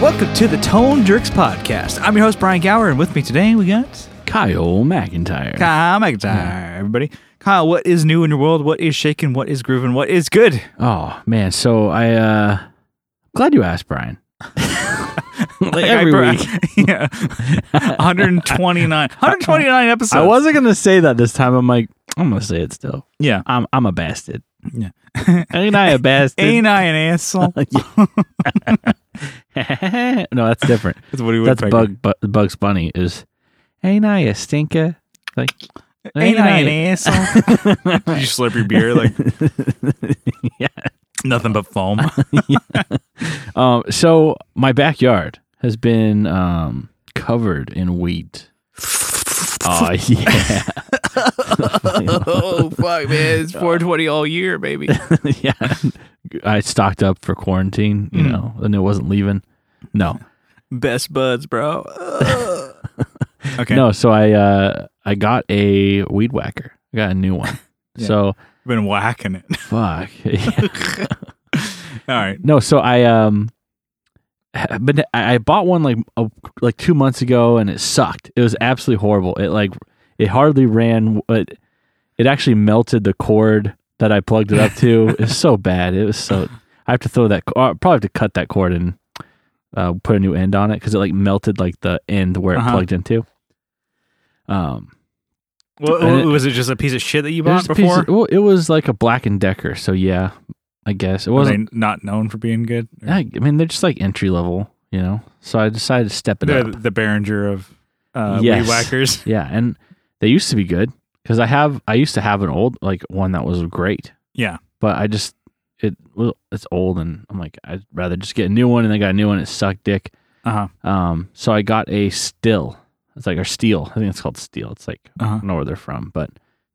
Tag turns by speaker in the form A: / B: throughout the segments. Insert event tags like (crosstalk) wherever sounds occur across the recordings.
A: Welcome to the Tone Jerks Podcast. I'm your host, Brian Gower, and with me today we got
B: Kyle McIntyre.
A: Kyle McIntyre, everybody. Kyle, what is new in your world? What is shaking? What is grooving? What is good?
B: Oh man, so I uh glad you asked, Brian. (laughs) like, every
A: I-
B: week.
A: (laughs) yeah. 129. (laughs) 129 episodes.
B: I wasn't gonna say that this time. I'm like, I'm gonna say it still.
A: Yeah.
B: I'm I'm a bastard.
A: Yeah.
B: (laughs) Ain't I a bastard? (laughs)
A: Ain't I an asshole?
B: no, that's different.
A: That's what he
B: that's Bug Bu- Bugs Bunny is. Ain't I a stinker? Like,
A: Ain't I an asshole? Did (laughs) you slurp your beer like
B: (laughs) Yeah.
A: nothing but foam?
B: Um, so my backyard has been um covered in
A: (laughs)
B: wheat. Oh (laughs) yeah,
A: (laughs) oh fuck, man! It's 420 all year,
B: (laughs)
A: baby.
B: yeah. I stocked up for quarantine, you
A: Mm.
B: know, and it wasn't leaving. No,
A: Best buds, bro.
B: (laughs)
A: Ugh. okay,
B: no. So I uh I got a weed whacker. I got a new one.
A: (laughs) Yeah.
B: So
A: been whacking it. (laughs)
B: fuck. (laughs)
A: All right.
B: No, so I um, (sighs) but I I bought one like a, like two months ago, and it sucked. It was absolutely horrible. It like it hardly ran. It it actually melted the cord that I plugged it up
A: (laughs)
B: to. it's so bad. It was so. I have to throw that. I probably have to cut that cord and uh, put a new end on it because it like melted like the end where it
A: Uh-huh.
B: plugged into. Um,
A: Well,
B: And it-
A: was it just a piece of shit that you
B: it was
A: bought
B: a piece
A: before?
B: of- well, it was like a Black and Decker, so yeah, I guess it
A: Were
B: wasn't
A: they not known for being good?
B: I, I mean, they're just like entry level, you know. So I decided to step it
A: They're
B: up.
A: the Behringer of uh,
B: Yes.
A: weed whackers.
B: Yeah, and they used to be good because I have I used to have an old like one that was great,
A: (laughs) Yeah.
B: but I just it well, it's old and I'm like I'd rather just get a new one and I got a new one. It sucked dick.
A: Uh huh.
B: Um, so I got a still. It's like or steel. I think it's called steel. It's like I
A: Uh-huh.
B: don't know where they're from, but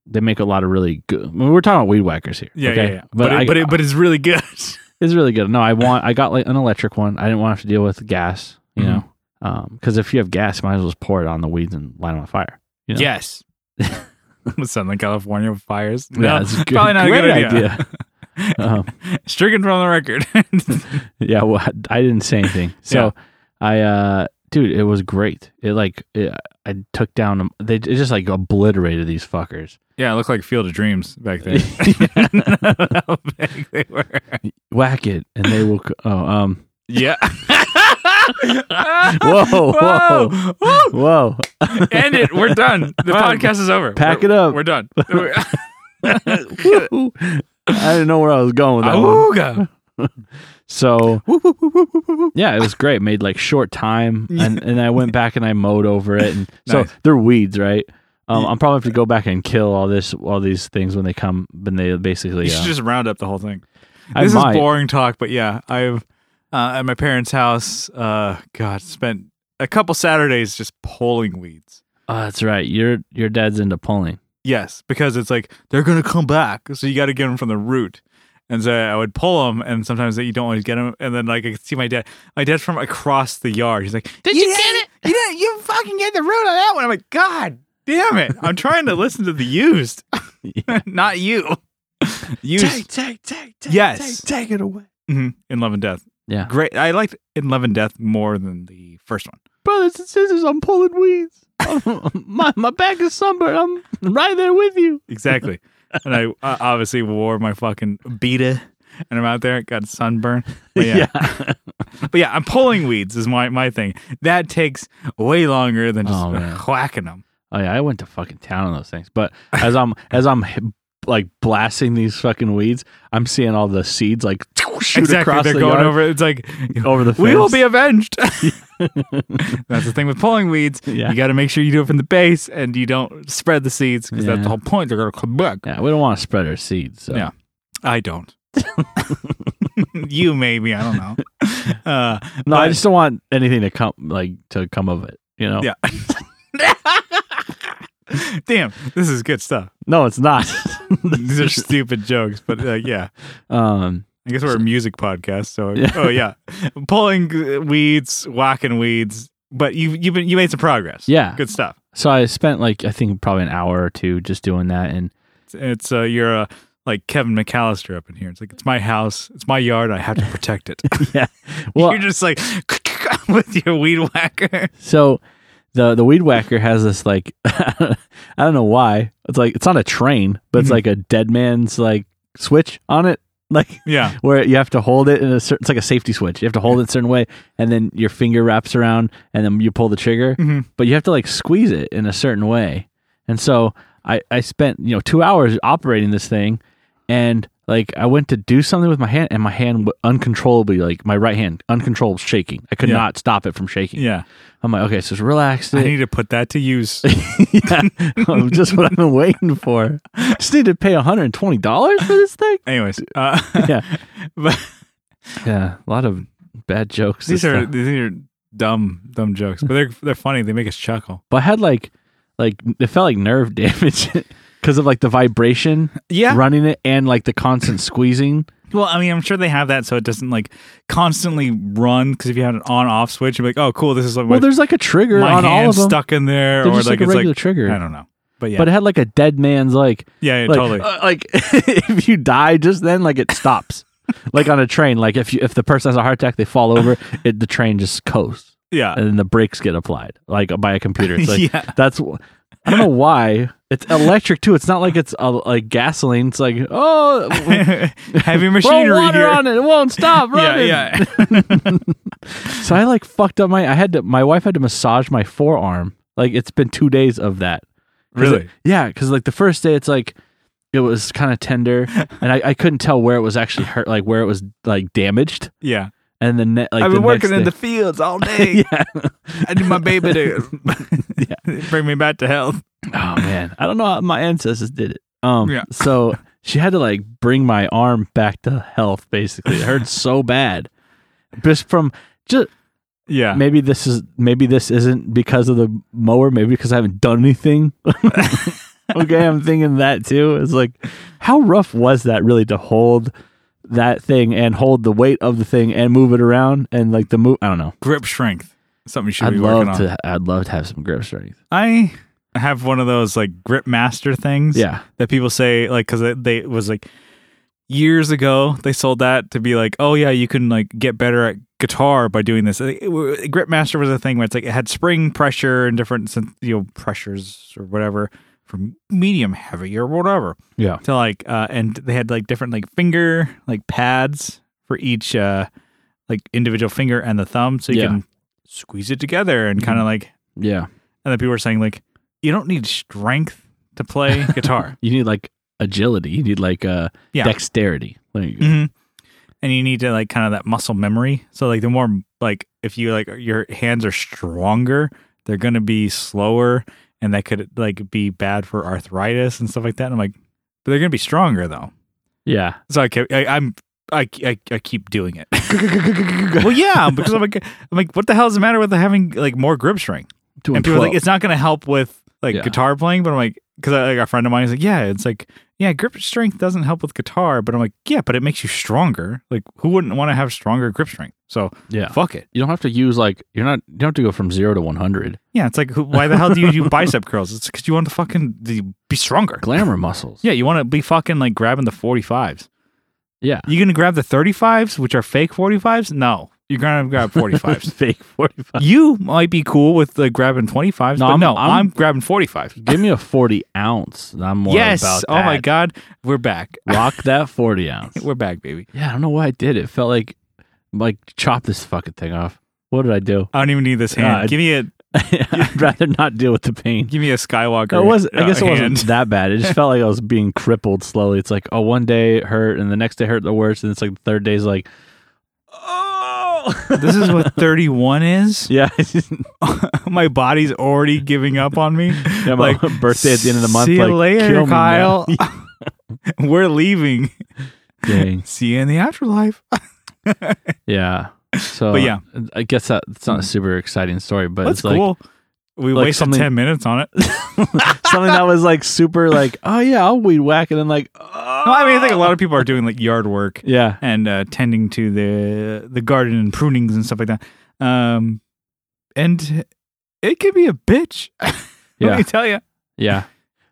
B: they make a lot of really good. I mean, we're talking about weed whackers here.
A: Yeah,
B: okay?
A: yeah, yeah. But but,
B: I-
A: it, but, it, but it's really good.
B: It's really good. No, I want. I got like an electric one. I didn't want to have to deal with gas. You
A: Mhm.
B: know, because if you have gas, might as well just pour it on the weeds and light them on fire. You know? (laughs)
A: Yes. Southern California fires.
B: yeah,
A: No,
B: it's a good,
A: probably not a
B: great
A: good idea. (laughs)
B: um,
A: Stricken from the
B: (laughs)
A: record.
B: yeah, well, I didn't say anything. So I, uh, dude, it was great. It like it, I took down. They it just like obliterated these fuckers.
A: yeah, it looked like Field of Dreams back
B: (laughs)
A: then. (laughs) How big they were.
B: Whack it, and they will. c-
A: (laughs)
B: Oh, um, (laughs)
A: Yeah.
B: whoa, whoa,
A: Whoa. Woo.
B: whoa.
A: End it. We're done. The
B: Wow.
A: podcast is over.
B: Pack
A: We're-
B: it up.
A: We're
B: (laughs)
A: done.
B: Woo. (laughs) I didn't know where I was going with that one. (laughs)
A: Awooga.
B: So yeah, it was great. Made like short (laughs) time, and and I went back and I mowed over it, and so
A: Nice.
B: they're weeds, right? Um, I'm probably have to go back and kill all this, all these things when they come. When they basically,
A: You
B: uh,
A: should just round up the whole thing.
B: I
A: this
B: might.
A: is boring talk, but yeah, I've uh, at my parents' house. Uh, God, spent a couple Saturdays just pulling weeds.
B: Oh, that's right. Your your dad's into pulling.
A: Yes, because it's like they're gonna come back, so you got to get them from the root. And so I would pull them, and sometimes that you don't always get them. And then like I could see my dad, my dad's from across the yard. He's like, "Did you, get it? You didn't. You fucking get the root on that one." I'm like, "God damn it! I'm trying to listen to the (laughs) used, not you." Used
B: take, take, take.
A: Yes.
B: take, it away,
A: Mhm. in Love and Death.
B: Yeah.
A: great. I liked in Love and Death more than the first one.
B: brothers and sisters. I'm pulling (laughs) weeds. my my back is sunburned. I'm right there with (laughs) you.
A: Exactly. and I, I obviously wore my fucking Beta, and I'm out there got sunburn. But
B: (laughs)
A: yeah, but yeah, I'm pulling weeds is my my thing. That takes way longer than just
B: Oh, man.
A: whacking them.
B: Oh yeah, I went to fucking town on those things. But
A: (laughs)
B: as I'm as I'm like blasting these fucking weeds, I'm seeing all the seeds like shoot
A: exactly.
B: across
A: They're
B: the
A: going
B: yard,
A: over. It's like
B: (laughs)
A: (laughs)
B: over the fence.
A: we will be
B: (laughs)
A: avenged. (laughs) That's the thing with pulling weeds.
B: Yeah.
A: You got to make sure you do it from the base and you don't spread the seeds because that's
B: Yeah.
A: the whole point. They're gonna come back.
B: yeah, we don't want to spread our seeds. So.
A: Yeah. I don't. (laughs) you maybe I
B: (laughs)
A: don't know. Uh,
B: No, I
A: but-
B: just don't want anything to come like to come of it. You know?
A: Yeah. Damn, this is good stuff.
B: No, it's not. (laughs)
A: These are stupid jokes, but uh, yeah.
B: um
A: I guess we're a music podcast, so oh yeah, pulling weeds, whacking weeds. But you you've been you made some progress.
B: Yeah.
A: good stuff.
B: So I spent like I think probably an hour or two just doing that,
A: (laughs)
B: and
A: It's, it's uh, you're uh, like Kevin McAllister up in here. It's like it's my house, it's my yard. I have to protect (laughs) it.
B: yeah, well,
A: you're just like (laughs) with your weed whacker.
B: so the the weed whacker has this like (laughs) I don't know why it's like it's not a train, but it's
A: Mhm.
B: like a dead man's like switch on it, (laughs) like
A: Yeah,
B: where you have to hold it in a certain it's like a safety switch. You have to hold it a certain way, and then your finger wraps around, and then you pull the trigger,
A: Mhm.
B: but you have to like squeeze it in a certain way, and so. I, I spent you know two hours operating this thing and like I went to do something with my hand, and my hand w- uncontrollably, like my right hand, uncontrollable shaking. I could
A: Yeah.
B: not stop it from shaking.
A: yeah.
B: I'm like, okay, so just relax.
A: I
B: it. (laughs)
A: need to put that to (laughs) use.
B: yeah, just what I've been waiting for. Just need to pay 120 dollars for this thing.
A: Anyways, uh, (laughs)
B: Yeah,
A: but
B: yeah, a lot of bad jokes.
A: these
B: this
A: are
B: time.
A: these are dumb dumb jokes, but they're they're funny. They make us chuckle.
B: but I had like, like it felt like nerve (laughs) damage because of like the vibration
A: Yeah,
B: running it and like the constant squeezing.
A: Well, I mean, I'm sure they have that so it doesn't like constantly run because if you had an on-off switch, you'd be like, "Oh, cool, this is like
B: Well,
A: my,
B: there's like a trigger
A: my
B: on all
A: hand
B: of them.
A: stuck in there,"
B: They're
A: or
B: just like,
A: like,
B: a
A: it's
B: regular
A: like
B: trigger.
A: I don't know, but yeah,
B: But it had like a dead man's like
A: yeah, yeah
B: (laughs) like,
A: totally.
B: uh, like if you die just then, like it stops. like on a train, like if you if the person has a heart attack, they fall over, it the train just coasts,
A: yeah,
B: (laughs) and then the brakes get applied like by a
A: (laughs)
B: computer. It's like
A: yeah,
B: that's wh- I don't know why it's electric too. It's not like it's uh, like gasoline. It's like
A: (laughs)
B: oh,
A: (laughs) heavy
B: throw
A: machinery
B: water
A: here.
B: on it, it won't stop
A: (laughs) yeah,
B: running. (laughs)
A: yeah.
B: So I like fucked up my. I had to. My wife had to massage my forearm. Like it's been two days of that. 'Cause
A: Really?
B: it- yeah, because like the first day, it's like it was kind
A: (laughs)
B: of tender, and I, I couldn't tell where it was actually hurt, like where it was like damaged.
A: yeah.
B: And then ne- like
A: I've
B: the
A: been working in
B: next day-
A: the fields
B: (laughs)
A: all day. I need my baby to (laughs) bring me back to health.
B: oh man, I don't know how my ancestors did it. Um,
A: Yeah. (laughs)
B: so she had to like bring my arm back to health. Basically, it hurt so bad, just from just
A: Yeah,
B: maybe this is maybe this isn't because of the mower maybe because i haven't done anything (laughs) okay i'm thinking that too it's like how rough was that really to hold that thing and hold the weight of the thing and move it around and like the move i don't know
A: grip strength. Something you should
B: i'd
A: be
B: love
A: working on.
B: to i'd love to have some grip strength
A: I have one of those like grip master things.
B: yeah
A: that people say like because they, they it was like years ago they sold that to be like oh yeah you can like get better at guitar by doing this It- it- gripmaster was a thing where it's like it had spring pressure and different syn- you know pressures or whatever from medium heavy or whatever
B: yeah
A: to like uh and they had like different like finger like pads for each uh like individual finger and the thumb so you
B: Yeah. Mm-hmm.
A: can squeeze it together and kind of like
B: yeah
A: and then people were saying like you don't need strength to play guitar
B: you need like agility you need like uh
A: Yeah.
B: dexterity there you go
A: hmm And you need to like kind of that muscle memory. So like the more like if you like your hands are stronger, they're gonna be slower, and that could like be bad for arthritis and stuff like that. And I'm like, but they're gonna be stronger though. (laughs)
B: yeah
A: So I kept, I, I'm I, I I keep doing it. well, yeah, because (laughs) I'm like I'm like, what the hell is the matter with having like more grip strength?
B: Doing
A: and people are
B: 12.
A: like it's not going to help with like
B: Yeah.
A: guitar playing but i'm like because like a friend of mine is like yeah it's like yeah grip strength doesn't help with guitar but i'm like yeah but it makes you stronger like who wouldn't want to have stronger grip strength so
B: yeah
A: fuck it
B: you don't have to use like you're not you don't have to go from zero to 100
A: yeah it's like who, why the hell do
B: (laughs)
A: you do bicep curls it's because you want to fucking to be stronger
B: glamour muscles
A: yeah you want to be fucking like grabbing the 45s
B: yeah
A: (laughs) you gonna grab the 35s which are fake 45s no you're gonna grab
B: (laughs)
A: 45s
B: fake 45
A: you might be cool with like grabbing 25s
B: No,
A: but
B: I'm-
A: no
B: I'm-
A: I'm grabbing 45s
B: Give me a 40 ounce. I'm more
A: yes
B: about
A: oh my
B: that.
A: god we're back
B: Rock that 40
A: (laughs)
B: ounce.
A: We're back, baby.
B: Yeah, I don't know why I did. It felt like, like, chop this fucking thing off. What did
A: (laughs)
B: I do? (laughs)
A: I don't even need this
B: hand.
A: hand. give me a
B: I'd rather not deal with the pain.
A: give me a Skywalker.
B: It was, I guess it
A: uh, (laughs)
B: wasn't
A: hand.
B: that bad. It just felt like I
A: (laughs)
B: was being crippled slowly. It's like, oh, one day it hurt, and the next day it hurt the worst, and it's like the third day's like, oh,
A: this is what 31 is.
B: (laughs) yeah,
A: (laughs)
B: (laughs)
A: my body's already giving up on
B: (laughs)
A: me.
B: yeah. My birthday at the end of the month.
A: See
B: like,
A: you later,
B: kill me now."
A: Kyle. (laughs) We're leaving.
B: (laughs) Dang.
A: See you in the afterlife.
B: Yeah. So,
A: But yeah.
B: I guess that it's not a super exciting story, but
A: Mm. That's
B: it's like,
A: cool. We
B: Like
A: wasted
B: something-
A: ten minutes
B: (laughs)
A: on it. (laughs)
B: Something that was like super, like, oh yeah, I'll weed whack, and then like, oh!
A: Well, I mean, I think a lot of people are doing like yard work
B: yeah,
A: and uh, tending to the the garden and prunings and stuff like that. Um, and it can be a bitch. (laughs) Let
B: Yeah.
A: me tell you.
B: yeah.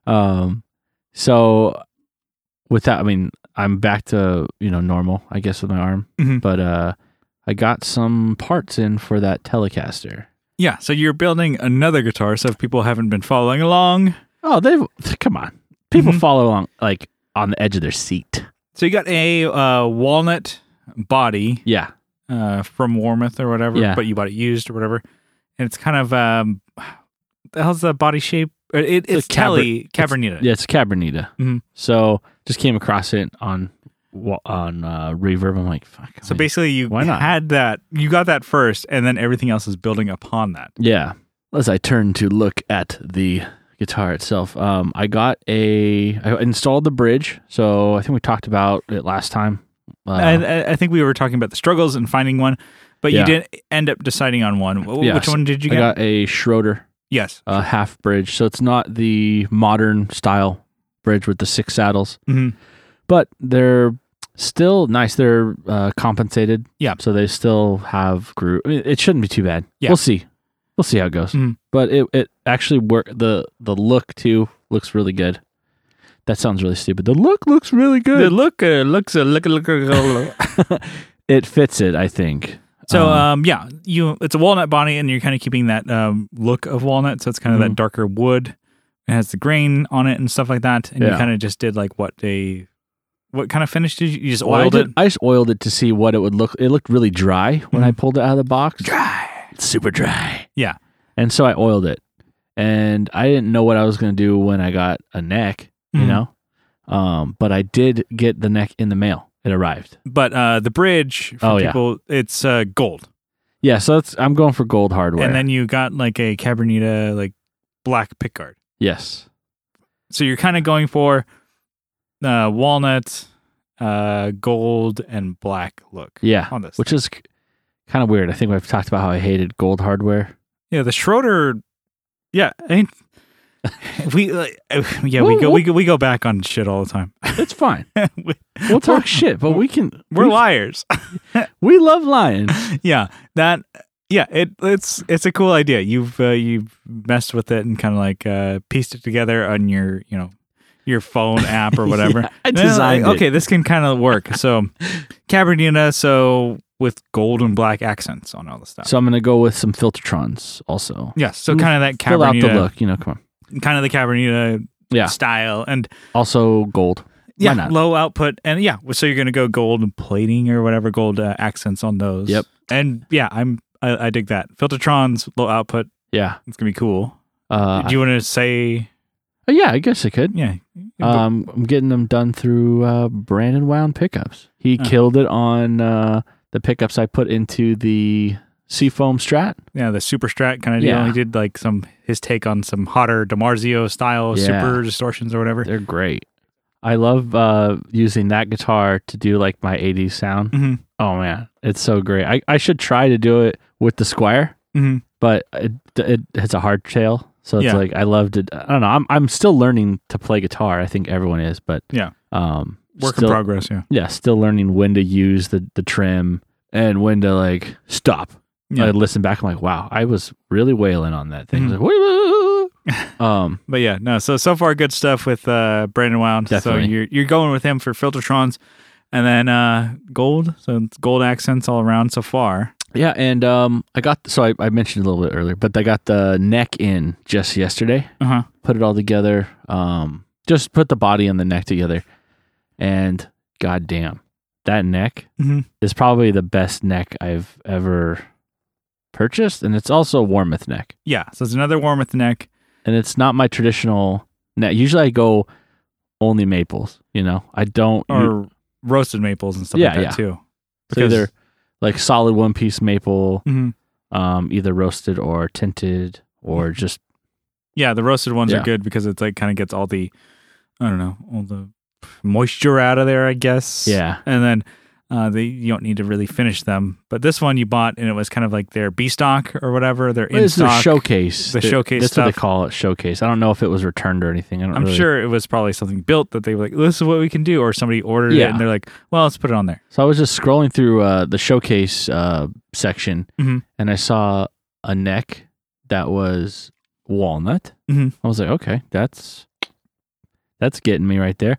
B: Um, so with that, I mean, I'm back to you know normal, I guess, with my arm,
A: Mhm.
B: but uh, I got some parts in for that Telecaster.
A: Yeah. So you're building another guitar. So if people haven't been following along,
B: Oh, they've come on, people
A: Mhm.
B: follow along like on the edge of their seat.
A: so you got a uh, walnut body
B: Yeah,
A: uh, from Warmouth or whatever,
B: Yeah.
A: but you bought it used or whatever, and it's kind of um, the hell's the body shape? It, it-
B: a
A: it's Telly Cavernita.
B: yeah, it's Cabernita.
A: Mhm.
B: So just came across it on wa- on uh, Reverb. I'm like, fuck.
A: So
B: I-
A: basically, you
B: Why not?
A: had that. You got that first, and then everything else is building upon that.
B: Yeah. As I turn to look at the guitar itself, um, I got a. I installed the bridge. So I think we talked about it last time. Uh,
A: I- I, I think we were talking about the struggles and finding one, but
B: Yeah.
A: you didn't end up deciding on one. Wh-
B: Yes.
A: Which one did you
B: I
A: get?
B: got a Schroeder
A: yes.
B: uh, half bridge. So it's not the modern style bridge with the six saddles,
A: Mhm.
B: but they're still nice. They're uh, compensated.
A: Yeah.
B: So they still have groove. I mean, it shouldn't be too bad.
A: Yeah.
B: We'll see. We'll see how it goes.
A: Mhm.
B: But it, it actually work the the look too looks really good. That sounds really stupid. The look looks really
A: The
B: good.
A: look uh, looks a look look. look, look.
B: It fits it, I think.
A: so
B: Um,
A: um, yeah, you it's a walnut body, and you're kind of keeping that um, look of walnut. So it's kind of
B: Mhm.
A: that darker wood. It has the grain on it and stuff like that. And you
B: Yeah.
A: kind of just did like what a what kind of finish did you? You just
B: Well, I
A: oiled
B: did-
A: it.
B: I just oiled it to see what it would look. It looked really dry when I pulled it out of the box.
A: Mm-hmm. Dry.
B: It's super dry.
A: Yeah.
B: And so I oiled it. And I didn't know what I was going to do when I got a neck, you
A: Mhm.
B: know? Um, but I did get the neck in the mail. It arrived.
A: But uh, the bridge for
B: Oh, yeah.
A: people, it's uh, gold.
B: Yeah, so that's I'm going for gold hardware.
A: And then you got like a Cabernita like black pickguard.
B: yes.
A: So you're kind of going for uh, walnut, uh, gold, and black look
B: Yeah.
A: on this.
B: Which is kind of weird. I think we've talked about how I hated gold hardware.
A: yeah, the Schroeder. Yeah, I
B: (laughs)
A: mean, we like, yeah we go we go, we go back on shit all the time. (laughs)
B: It's fine.
A: We-
B: We'll talk
A: We're-
B: shit, but we can
A: We're
B: we,
A: liars. (laughs)
B: we love lying.
A: yeah, that. Yeah, it it's it's a cool idea. You've uh, you've messed with it and kind of like uh, pieced it together on your you know your phone app (laughs)
B: (laughs)
A: or whatever.
B: Yeah, I
A: And then they're
B: designed
A: like,
B: it.
A: Okay, this can kind of work. So,
B: (laughs)
A: Cabernina, so with gold and black accents on all the stuff.
B: So I'm going to go with some filtertrons also.
A: yes, so kind of that
B: Fill out the
A: Cabernina,
B: look, you know, come on.
A: kind of the Cabernina
B: Yeah.
A: style, and
B: Also gold.
A: yeah,
B: not?
A: low output, and yeah. So you're gonna go gold plating or whatever gold uh, accents on those.
B: Yep.
A: And yeah, I'm I, I dig that Filtertrons low output.
B: Yeah.
A: It's gonna be cool.
B: Uh,
A: Do you want to say
B: Oh, yeah, I guess I could.
A: yeah?
B: Um, I'm getting them done through uh, Brandon Wound pickups. He
A: Oh.
B: killed it on uh, the pickups I put into the Seafoam Strat.
A: yeah, the super strat kind of deal.
B: Yeah.
A: He did like some his take on some hotter Demarzio style
B: Yeah.
A: super distortions or whatever.
B: They're great. I love uh, using that guitar to do like my 80s sound.
A: Mhm.
B: Oh man, it's so great. I, I should try to do it with the Squire,
A: Mm-hmm.
B: but it, it has a hard tail. So it's
A: Yeah.
B: like I loved it. I don't know. I'm I'm still learning to play guitar. I think everyone is, but
A: Yeah.
B: um,
A: Work in
B: still-
A: progress. Yeah.
B: yeah, still learning when to use the the trim and when to like stop.
A: Yeah.
B: I listen back. I'm like, wow, I was really wailing on that thing.
A: Mhm.
B: Like, "Woo!" um,
A: But yeah, no. So so far, good stuff with uh, Brandon Wound.
B: Definitely.
A: So you're you're going with him for Filtertrons, and then uh, gold. So it's gold accents all around so far.
B: yeah, and um, I got so I, I mentioned a little bit earlier, but I got the neck in just yesterday.
A: Uh huh.
B: Put it all together. Um, just put the body and the neck together, and goddamn, that neck
A: Mhm.
B: is probably the best neck I've ever purchased, and it's also a Warmouth neck.
A: Yeah. So it's another warm with the neck.
B: and it's not my traditional net. Usually I go only maples, you know. I don't
A: or roasted maples and stuff
B: Yeah,
A: like that
B: yeah. Mm-hmm.
A: too.
B: it's either like solid one piece maple,
A: Mhm.
B: um, either roasted or tinted
A: Mm-hmm.
B: or just
A: yeah, the roasted ones
B: Yeah.
A: are good because it's like kind of gets all the I don't know all the moisture out of there, I guess.
B: yeah.
A: And then Uh, they you don't need to really finish them, but this one you bought and it was kind of like their B stock or whatever. Their in
B: It's the
A: stock.
B: showcase.
A: the
B: That-
A: showcase
B: That's what
A: stuff.
B: they call it, showcase. I don't know if it was returned or anything. I don't
A: I'm
B: really-
A: sure it was probably something built that they were like, this is what we can do, or somebody ordered it
B: Yeah.
A: and they're like, well, let's put it on there.
B: So I was just scrolling through uh, the showcase uh, section,
A: Mhm.
B: and I saw a neck that was walnut.
A: Mhm.
B: I was like, okay, that's that's getting me right there.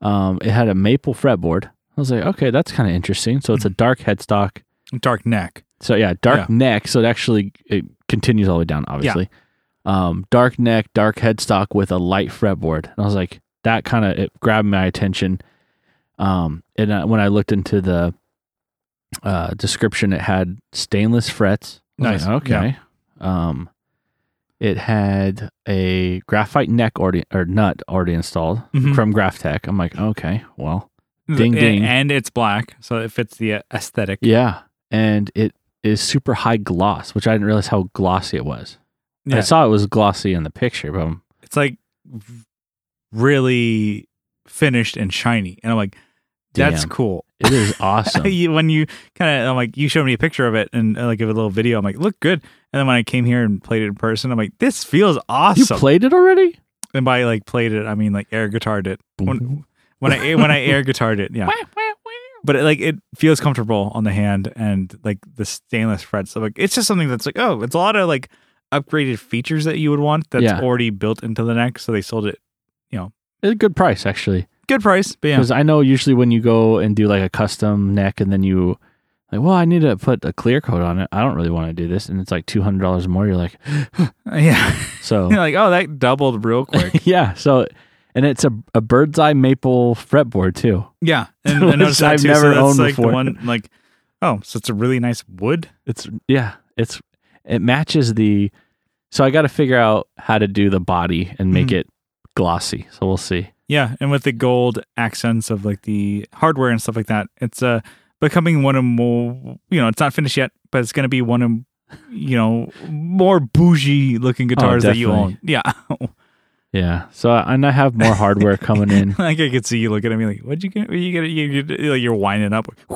B: Um, it had a maple fretboard. I was like, okay, that's kind of interesting. So it's a dark headstock.
A: Dark neck.
B: So yeah, dark neck. So it actually it continues all the way down, obviously. Um, dark neck, dark headstock with a light fretboard. And I was like, that kind of it grabbed my attention. Um, and I, when I looked into the uh, description, it had stainless frets. I was
A: Nice.
B: like, okay. Um, it had a graphite neck already or nut already installed
A: Mhm.
B: from Graphtech. I'm like, okay, well,
A: and,
B: Ding, ding.
A: And it's black, so it fits the uh, aesthetic.
B: Yeah, and it is super high gloss, which I didn't realize how glossy it was.
A: Yeah.
B: I saw it was glossy in the picture, but I'm-
A: It's like really finished and shiny, and I'm like, that's
B: Damn.
A: cool. (laughs)
B: it is awesome.
A: You- when you kind of, I'm like, you showed me a picture of it and uh, like a little video. I'm like, look good. And then when I came here and played it in person, I'm like, this feels
B: you
A: awesome.
B: played it already?
A: and by like played it, I mean like air guitared it. When, when I when
B: (laughs)
A: I air guitared it, yeah. But it, like it feels comfortable on the hand and like the stainless frets. So like it's just something that's like oh, it's a lot of like upgraded features that you would want that's
B: Yeah.
A: already built into the neck. So they sold it
B: It's a good price actually,
A: good price, but yeah,
B: because I know usually when you go and do like a custom neck, and then you like, well, I need to put a clear coat on it. I don't really want to do this, and it's like two hundred dollars more. You're like,
A: (laughs) yeah. (laughs)
B: so
A: You're like oh, that doubled real
B: (laughs)
A: quick.
B: yeah, so. And it's a, a bird's eye maple fretboard too.
A: yeah, and I noticed
B: Which
A: that
B: I've
A: too.
B: never
A: so that's
B: owned
A: like the
B: before.
A: one like oh, so it's a really nice wood.
B: It's yeah, it's it matches the so I got to figure out how to do the body and make
A: Mhm.
B: it glossy. So we'll see.
A: Yeah, and with the gold accents of like the hardware and stuff like that, it's uh becoming one of more you know it's not finished yet, but it's gonna be one of you know more bougie looking guitars that you
B: Oh, definitely.
A: own. Yeah, (laughs)
B: Yeah. So and I have more hardware coming in.
A: like I could see you looking at me like, "What'd you get? What you gonna you, you like you're winding up, (laughs)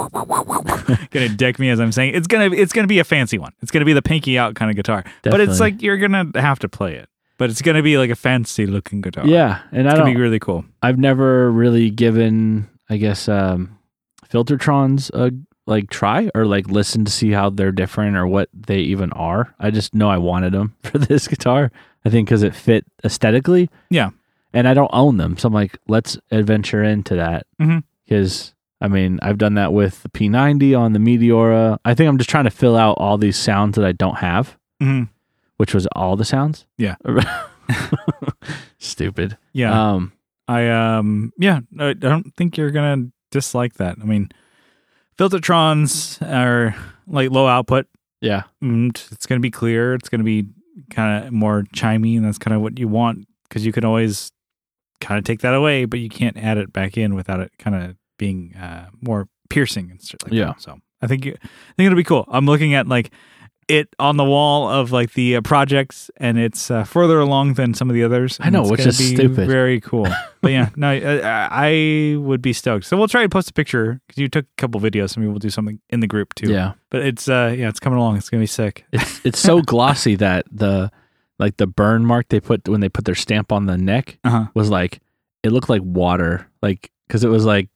A: gonna deck me as I'm saying it's gonna it's gonna be a fancy one. It's gonna be the pinky out kind of guitar, but it's
B: Definitely.
A: like you're gonna have to play it. But it's gonna be like a fancy looking guitar.
B: Yeah, and I
A: it's gonna
B: don't.
A: be really cool.
B: I've never really given, I guess, um, filtertrons a like try or like listen to see how they're different or what they even are. I just know I wanted them (laughs) for this guitar. I think because it fit aesthetically.
A: Yeah.
B: and I don't own them, so I'm like, let's adventure into that
A: Mhm.
B: because I mean I've done that with the P90 on the Meteora. I think I'm just trying to fill out all these sounds that I don't have,
A: hmm
B: which was all the sounds.
A: Yeah.
B: (laughs) Stupid.
A: Yeah.
B: Um.
A: I um yeah, I I don't think you're gonna dislike that. I mean, filtertrons are like low output.
B: Yeah.
A: And mm, it's gonna be clear. It's gonna be kind of more chimey, and that's kind of what you want because you can always kind of take that away, but you can't add it back in without it kind of being uh, more piercing and stuff like
B: Yeah.
A: that. So I think you, I think it'll be cool. I'm looking at like it on the wall of like the uh, projects, and it's uh, further along than some of the others.
B: I
A: and
B: know,
A: it's
B: which
A: gonna
B: is
A: be
B: stupid.
A: Very
B: (laughs)
A: cool. But yeah, no, I, I would be stoked. So we'll try and post a picture because you took a couple videos. Maybe we'll do something in the group too.
B: Yeah.
A: But it's uh yeah, it's coming along. It's gonna be sick.
B: It's it's so glossy that the like the burn mark they put when they put their stamp on the neck
A: Uh huh.
B: was like it looked like water, like because it was like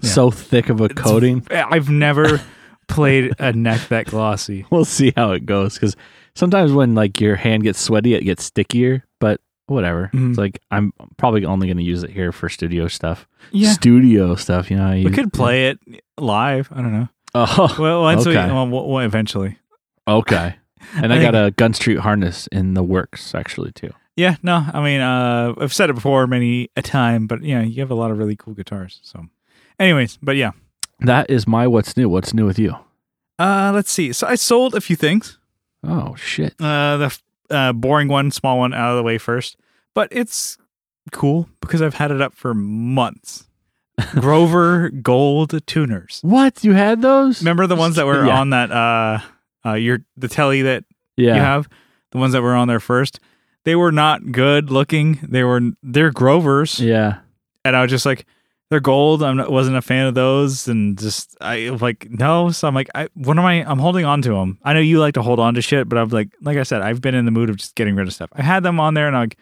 A: Yeah.
B: so thick of a coating. (laughs)
A: I've never (laughs) played a neck that glossy.
B: We'll see how it goes because sometimes when like your hand gets sweaty, it gets stickier. But whatever,
A: Mhm.
B: it's like I'm probably only going to use it here for studio stuff.
A: Yeah.
B: Studio stuff, you know. You,
A: We could play it live. I don't know.
B: (laughs) Oh,
A: Well, once we,
B: Okay.
A: well, well, well, eventually.
B: okay. And
A: I
B: I,
A: think-
B: got a Gun Street harness in the works actually too.
A: Yeah, no, I mean, uh, I've said it before many a time, but yeah, you have a lot of really cool guitars. So, anyways, but yeah,
B: That is my what's new. What's new with you?
A: uh, let's see. So I sold a few things.
B: Oh shit.
A: Uh, the f- uh, boring one, small one, out of the way first. But it's cool because I've had it up for
B: (laughs)
A: months. Grover Gold tuners.
B: What you had those?
A: Remember the ones that were
B: Yeah.
A: on that uh, uh, your the telly that
B: yeah,
A: you have, the ones that were on there first. They were not good looking. They were they're Grovers,
B: yeah.
A: and I was just like, they're gold. I wasn't a fan of those, and just I like no. So I'm like, I what am I? I'm holding on to them. I know you like to hold on to shit, but I'm like, like I said, I've been in the mood of just getting rid of stuff. I had them on there and like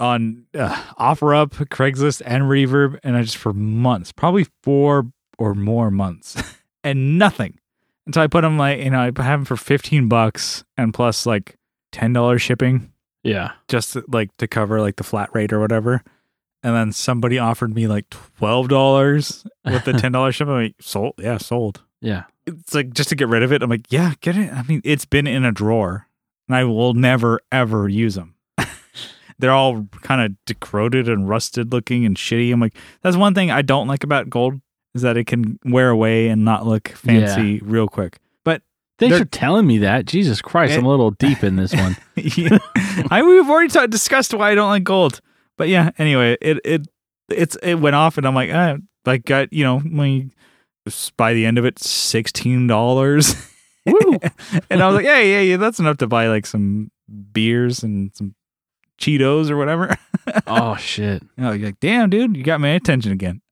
A: on uh, OfferUp, Craigslist, and Reverb, and I just for months, probably four or more months, (laughs) and nothing. And so I put them like you know I have them for fifteen bucks and plus like ten dollars shipping
B: Yeah.
A: just to, like to cover like the flat rate or whatever. And then somebody offered me like twelve dollars with the ten dollars shipping. I'm like, sold, yeah, sold.
B: Yeah.
A: It's like just to get rid of it. I'm like, yeah, get it. I mean, it's been in a drawer, and I will never ever use them. (laughs) They're all kind of decroded and rusted looking and shitty. I'm like, that's one thing I don't like about gold is that it can wear away and not look fancy real quick. But
B: Thanks
A: They're-
B: for telling me that. Jesus Christ, I'm a little deep in this one.
A: Yeah. I we've already ta- discussed why I don't like gold, but yeah. Anyway, it it it's it went off, and I'm like, ah, like got you know, my, by the end of it, sixteen dollars,
B: (laughs)
A: (laughs)
B: Woo.
A: and I was like, yeah, yeah, yeah, that's enough to buy like some beers and some Cheetos or whatever. (laughs)
B: Oh shit.
A: And I was like, damn, dude, you got my attention again.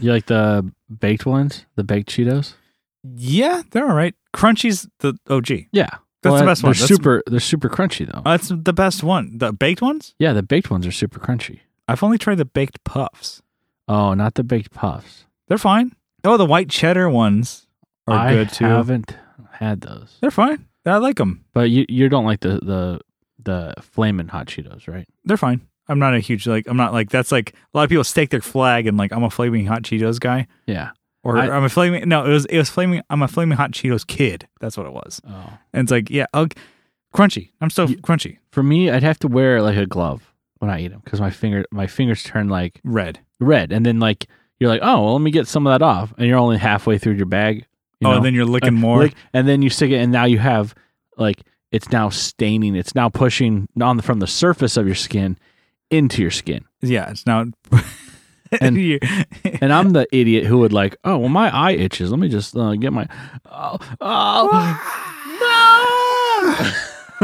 B: You like the baked ones? The baked Cheetos?
A: yeah, they're all right. Crunchy's the OG.
B: Yeah.
A: That's
B: Well,
A: the best one.
B: They're
A: That's-
B: super they're super crunchy though.
A: That's the best one. The baked ones.
B: yeah, the baked ones are super crunchy.
A: I've only tried the baked puffs.
B: Oh, not the baked puffs.
A: They're fine. Oh, the white cheddar ones are
B: I
A: good too.
B: haven't had those.
A: They're fine. I like them.
B: But you you don't like the the the flaming hot Cheetos, right?
A: They're fine. I'm not a huge like. I'm not like that's like a lot of people stake their flag and like I'm a flaming hot Cheetos guy
B: Yeah.
A: or I,
B: I-
A: am a flaming. No, it was it was flaming. I'm a flaming hot Cheetos kid. That's what it was.
B: Oh.
A: And it's like yeah, okay. crunchy. I'm still crunchy.
B: For me, I'd have to wear like a glove when I eat them because my finger my fingers turn like
A: Red.
B: red, and then like you're like, oh, well, let me get some of that off, and you're only halfway through your bag. You
A: oh,
B: know?
A: and then you're licking
B: Uh,
A: more.
B: lick- and then you stick it, and now you have like it's now staining, it's now pushing on the, from the surface of your skin into your skin.
A: yeah, it's now. (laughs)
B: And-
A: You-
B: And I'm the idiot who would like, oh, well, my eye itches. Let me just uh, get my, oh, oh, no.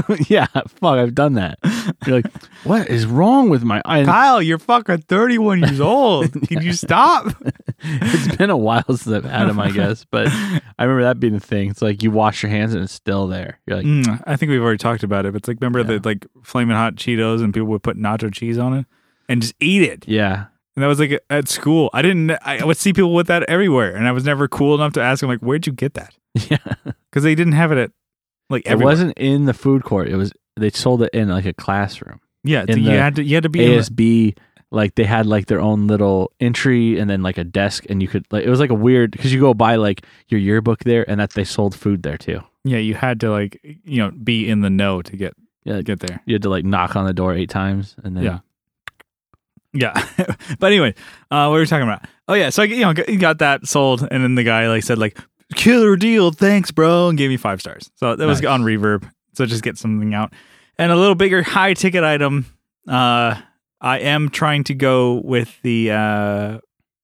B: (laughs) yeah, fuck, I've done that. You're like, what is wrong with my eye? And
A: (laughs) Kyle, you're fucking 31 years old. Can you stop?
B: (laughs) it's been a while since I've
A: (laughs)
B: had them, I guess. But I remember that being the thing. It's like you wash your hands and it's still there. You're like,
A: Mm, I think we've already talked about it, but it's like remember
B: Yeah.
A: the like flaming hot Cheetos and people would put nacho cheese on it and just eat it.
B: yeah, (laughs)
A: And that was like at school. I didn't. I would see people with that everywhere, and I was never cool enough to ask them like, "Where'd you get that?"
B: yeah.
A: Because they didn't have it at like
B: It
A: everywhere.
B: wasn't in the food court. It was they sold it in like a classroom.
A: Yeah,
B: in
A: you
B: the
A: had to. You had to be. in the-
B: ASB like they had like their own little entry and then like a desk and you could like it was like a weird because you go buy like your yearbook there and that they sold food there too.
A: yeah, you had to like you know be in the know to get
B: Yeah,
A: get there.
B: You had to like knock on the door eight times and then
A: Yeah. Yeah, (laughs) but anyway, uh, what were we talking about? Oh yeah, so I you know got- got that sold, and then the guy like said like killer deal, thanks bro, and gave me five stars. So that was
B: Nice.
A: on Reverb. So just get something out, and a little bigger high ticket item. Uh, I am trying to go with the uh,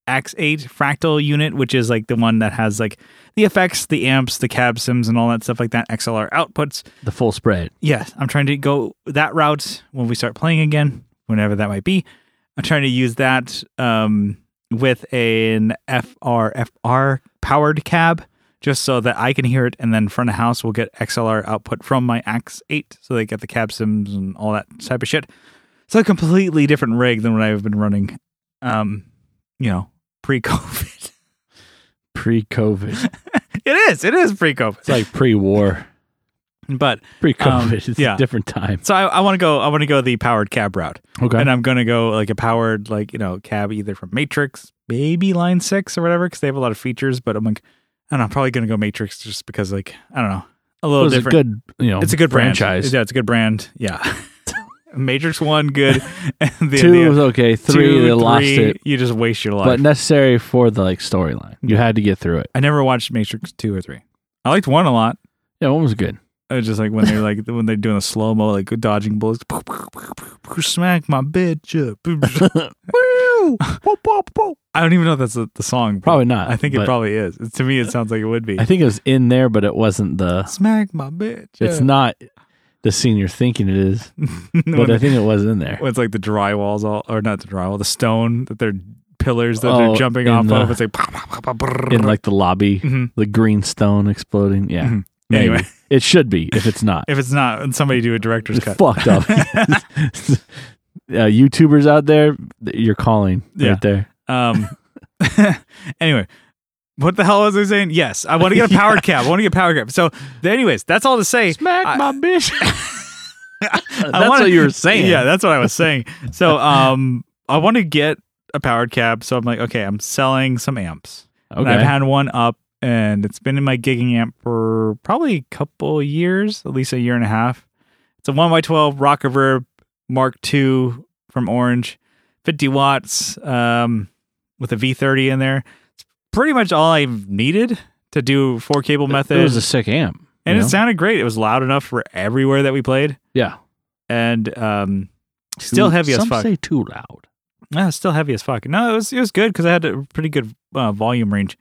A: Axe Eight Fractal unit, which is like the one that has like the effects, the amps, the cab sims, and all that stuff like that. XLR outputs.
B: the full spread.
A: Yes, I'm trying to go that route when we start playing again, whenever that might be. I'm trying to use that um, with an FR FR powered cab just so that I can hear it, and then front of house will get XLR output from my Axe 8, so they get the cab sims and all that type of shit. It's a completely different rig than what I've been running, um, you know, pre COVID.
B: Pre COVID.
A: (laughs) it is, it is pre
B: It's
A: COVID,
B: like pre war.
A: but
B: Pre COVID.
A: Um,
B: it's
A: yeah.
B: a different time.
A: so I, I want to go. I want to go the powered cab route.
B: Okay.
A: And I'm gonna go like a powered like you know cab either from Matrix, maybe Line Six or whatever, because they have a lot of features. But I'm like, I don't know, I'm probably gonna go Matrix just because like I don't know, a little
B: it's a
A: different.
B: good you know
A: it's a good brand.
B: franchise.
A: Yeah, it's a good brand. Yeah, (laughs) Matrix One
B: (laughs)
A: good. and the,
B: Two was
A: the-
B: okay. Three
A: two,
B: they lost
A: three,
B: it.
A: You just waste your life.
B: But necessary for the like storyline. You had to get through it.
A: I never watched Matrix Two or Three. I liked one a lot.
B: Yeah, one was good.
A: It was just like when they're like when they're doing the slow mo, like dodging bullets. Smack my bitch
B: (laughs)
A: up. I don't even know if that's the, the song. but
B: Probably not,
A: I think it
B: but-
A: probably is. It- to me, it sounds like it would be.
B: I think it was in there, but it wasn't the
A: Smack my bitch.
B: It's
A: up.
B: not the scene you're thinking it is,
A: (laughs) When
B: but I
A: the- (laughs)
B: think it was in there.
A: when it's like the drywall's all, or not the drywall, the stone that they're pillars that
B: Oh,
A: they're jumping
B: in
A: off
B: the-
A: of. It's like, (laughs) "Pow, pow, pow, pow, brrr."
B: in like the lobby,
A: Mhm.
B: the green stone exploding. Yeah.
A: Mhm.
B: Maybe.
A: Anyway.
B: it should be if
A: (laughs)
B: it's not.
A: if it's not, then somebody do a director's
B: (laughs) It's
A: cut.
B: fucked
A: (laughs)
B: up. uh, YouTubers out there, th- you're calling
A: Yeah.
B: right there.
A: Um. (laughs) anyway, what the hell was I saying? Yes, I want to
B: (laughs)
A: get a powered cap. I want to get a powered cap. So, th- anyways, that's all to say.
B: Smack
A: I- (laughs)
B: my bitch. That's
A: wanna-
B: what you were
A: (laughs)
B: saying.
A: Yeah, that's what I was saying.
B: (laughs)
A: So, um, I want to get a powered cab. So I'm like, okay, I'm selling some amps. And
B: okay.
A: I've had one up, and it's been in my gigging amp for probably a couple years, at least a year and a half. It's a one by twelve rock reverb Mark II from Orange, fifty watts, um, with a V thirty in there. It's pretty much all I needed to do four cable method,
B: It was a sick amp.
A: and
B: you
A: it
B: know?
A: sounded great. It was loud enough for everywhere that we played
B: yeah,
A: and um, still
B: Too-
A: heavy as
B: some
A: fuck.
B: say too loud.
A: No, Ah, still heavy as fuck. No, it was it was good because I had a pretty good uh, volume range,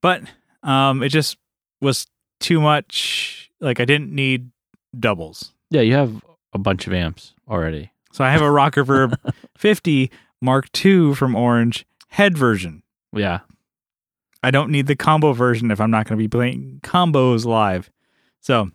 A: but um, it just was too much. Like I didn't need doubles,
B: Yeah, you have a bunch of amps already.
A: so I have a Rock Reverb 50 Mark II from Orange head version.
B: Yeah,
A: I don't need the combo version if I'm not going to be playing combos live. So,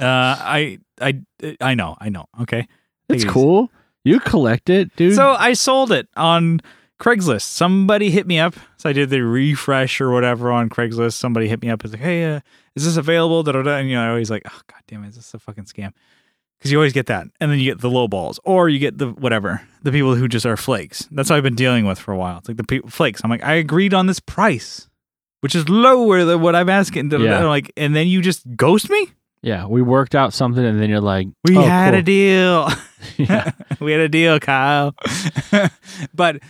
A: uh, I I I know I know. Okay, Take
B: it's
A: it easy.
B: cool. You collect it, dude.
A: So I sold it on Craigslist. Somebody hit me up. So I did the refresh or whatever on Craigslist. Somebody hit me up. It's like, hey, uh, is this available? Da, da, da. And you know, I always like, oh god damn it, is this a fucking scam? Because you always get that, and then you get the low balls, or you get the whatever, the people who just are flakes. That's what I've been dealing with for a while. It's like the people flakes. I'm like, I agreed on this price, which is lower than what I'm asking. Da, da, da.
B: Yeah.
A: I'm like, and then you just ghost me.
B: yeah, we worked out something, and then you're like,
A: We
B: oh,
A: had
B: cool.
A: a deal.
B: (laughs) yeah.
A: (laughs) we had a deal, Kyle. but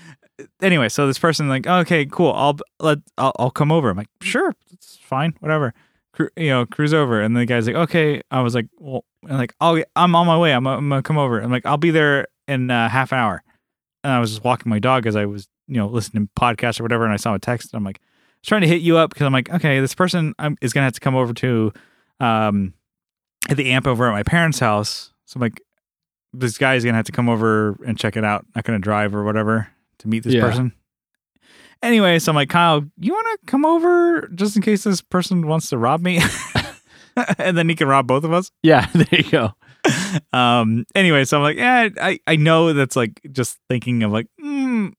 A: anyway, so this person like, okay, cool. I'll let I'll, I'll come over. I'm like, sure, it's fine, whatever. Cru- you know, cruise over. And the guy's like, okay. I was like, well, and like, I'll I'm on my way. I'm I'm gonna come over. I'm like, I'll be there in uh, half an hour. And I was just walking my dog as I was, you know, listening to podcasts or whatever. And I saw a text. And I'm like, I was trying to hit you up because I'm like, okay, this person um, is gonna have to come over to, um, at the amp over at my parents' house. So I'm like, this guy's gonna have to come over and check it out. Not gonna drive or whatever to meet this
B: Yeah.
A: person. Anyway, so I'm like, Kyle, you wanna come over just in case this person wants to rob me? (laughs) and then he can rob both of us.
B: yeah, (laughs) there you go.
A: Um anyway, so I'm like, yeah, I, I know that's like just thinking of like, mm,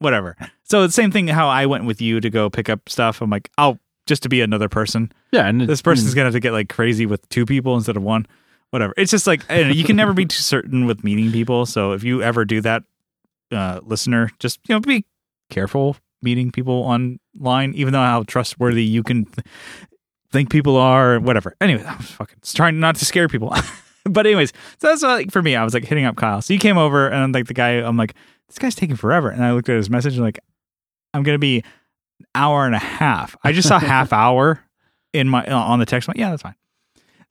A: whatever. So the same thing how I went with you to go pick up stuff. I'm like, I'll just to be another person
B: Yeah, and it-
A: this person's gonna have to get like crazy with two people instead of one. Whatever. It's just like I don't know, you can never be too certain with meeting people. So if you ever do that, uh, listener, just you know be careful meeting people online, even though how trustworthy you can th- think people are. Whatever. Anyway, I'm fucking trying not to scare people. (laughs) but anyways, so that's like for me. I was like hitting up Kyle. So you came over, and I'm like the guy. I'm like this guy's taking forever, and I looked at his message and like I'm gonna be an hour and a half. I just saw half hour in my uh, on the text. I'm like, yeah, that's fine.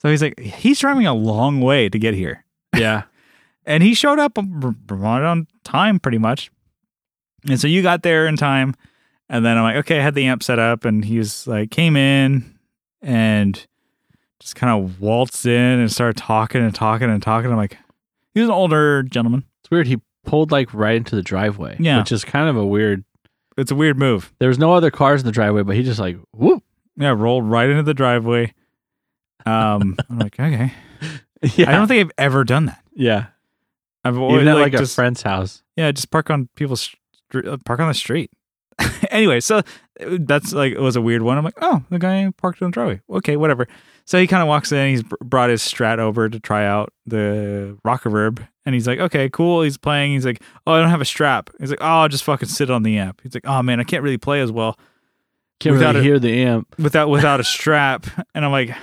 A: So he's like, he's driving a long way to get here,
B: (laughs) yeah,
A: and he showed up right on time, pretty much. And so you got there in time, and then I'm like, okay, I had the amp set up, and he was like, came in and just kind of waltzed in and started talking and talking and talking. I'm like, he was an older gentleman.
B: it's weird. He pulled like right into the driveway.
A: Yeah.
B: which is kind of a weird.
A: It's a weird move.
B: There was no other cars in the driveway, but he just like
A: (laughs)
B: whoop.
A: Yeah, rolled right into the driveway. Um, (laughs) I'm like, okay.
B: Yeah,
A: I don't think I've ever done that.
B: yeah.
A: I've always
B: Even at
A: like,
B: like, a
A: just,
B: friend's house.
A: yeah, just park on people's str- uh, park on the street. (laughs) anyway, so uh, that's like it was a weird one. I'm like, oh, the guy parked on the driveway. Okay, whatever. So he kind of walks in. He's br- brought his Strat over to try out the rocker verb, and he's like, okay, cool. He's playing. He's like, oh, I don't have a strap. He's like, oh, I'll just fucking sit on the amp. He's like, oh man, I can't really play as well
B: Can't
A: Without
B: really
A: it-
B: hear the amp. (laughs)
A: without without a strap and i'm like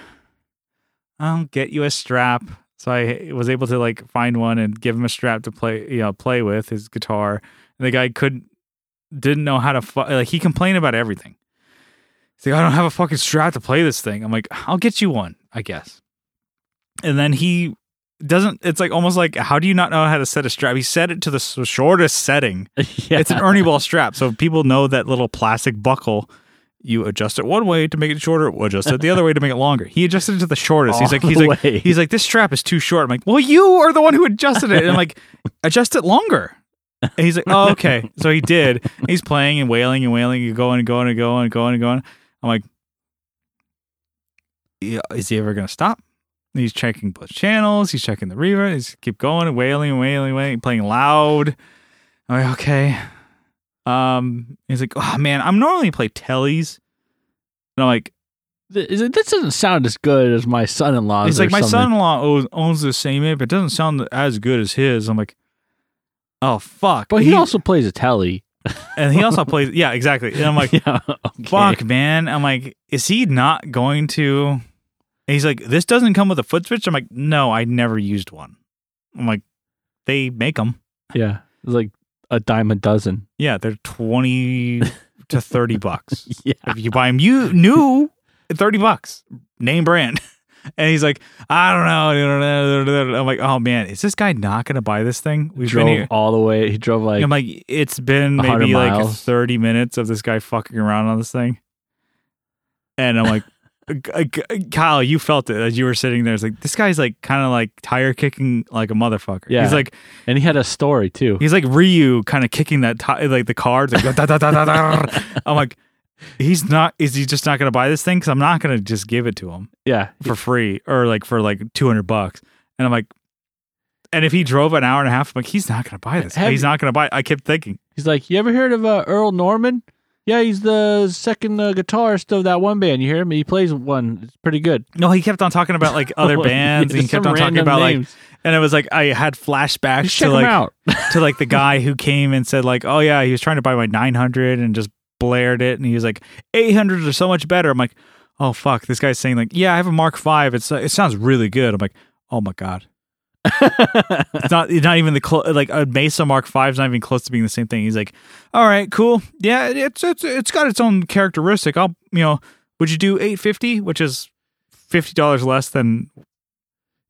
A: i'll get you a strap so i was able to like find one and give him a strap to play you know play with his guitar and the guy couldn't didn't know how to fu- like he complained about everything he's like i don't have a fucking strap to play this thing i'm like i'll get you one i guess and then he doesn't it's like almost like how do you not know how to set a strap he set it to the s- shortest setting
B: (laughs) yeah,
A: it's an Ernie ball strap. So if people know that little plastic buckle. You adjust it one way to make it shorter. Or adjust it the other way to make it longer. He adjusted it to the shortest. he's
B: All
A: like,
B: (laughs)
A: he's
B: the
A: like, (laughs)
B: way.
A: he's like, this strap is too short. I'm like, well, you are the one who adjusted it. And I'm like, adjust it longer. And he's like, oh, okay. So he did. He's playing and wailing and wailing and going and going and going and going and going. I'm like, "Yeah, is he ever going to stop? And he's checking both channels. He's checking the reverb. He's keep going and wailing and wailing and wailing, playing loud. I'm like, okay. Um, he's like, oh man, I'm normally play tellies. And I'm like,
B: Th- is it- this doesn't sound as good as my son-in-law's.
A: He's
B: or
A: like, my
B: something."
A: son-in-law owns, owns the same amp. It doesn't sound as good as his. I'm like, oh fuck.
B: but he, also plays a telly.
A: and he
B: (laughs)
A: also plays. Yeah, exactly. And I'm like,
B: yeah, (laughs) okay.
A: fuck, man. I'm like, is he not going to? And he's like, this doesn't come with a foot switch. I'm like, no, I never used one. I'm like, they make them.
B: Yeah, it's like a dime
A: (laughs)
B: a dozen.
A: Yeah, they're twenty to
B: (laughs)
A: thirty bucks.
B: Yeah,
A: if you buy them you new 30 bucks name brand (laughs) and he's like i don't know i'm like oh man is this guy not gonna buy this thing we've been
B: drove
A: here
B: all the way. He drove like
A: i'm like it's been
B: 100
A: maybe like
B: miles.
A: 30 minutes of this guy fucking around on this thing and i'm like (laughs) G- G- Kyle, you felt it as you were sitting there. It's like this guy's like kind of like tire kicking like a motherfucker.
B: Yeah.
A: He's like
B: And he had a story too.
A: He's like Ryu, kind of kicking that ti like the car. It's Like, da, da, da, da, da. I'm like, he's not. Is he just not going to buy this thing? Because I'm not going to just give it to him
B: Yeah.
A: for free or like for like 200 bucks. And I'm like, and if he drove an hour and a half, I'm like, he's not going to buy this.
B: Have
A: he's
B: you-
A: not going to buy. It. I kept thinking,
B: He's like, You ever heard of uh, Earl Norman? Yeah, he's the second uh, guitarist of that one band. You hear him? He plays one. It's pretty good.
A: no. He kept on talking about like
B: (laughs)
A: (laughs) other bands. and he
B: Just
A: kept
B: some
A: on talking
B: random
A: about
B: names.
A: like, and it was like I had flashbacks
B: Just check
A: to
B: him
A: like (laughs)
B: out.
A: to like the guy who came and said like, "Oh yeah, he was trying to buy my 900 and just blared it." And he was like, "800s are so much better." I'm like, "Oh fuck, this guy's saying like, yeah, I have a Mark 5. It's it sounds really good." I'm like, "Oh my god." it's not it's not even the clo- like a Mesa Mark 5's not even close to being the same thing. He's like, "All right, cool. Yeah, it's it's it's got its own characteristic. I'll, you know, would you do 850, which is $50 less than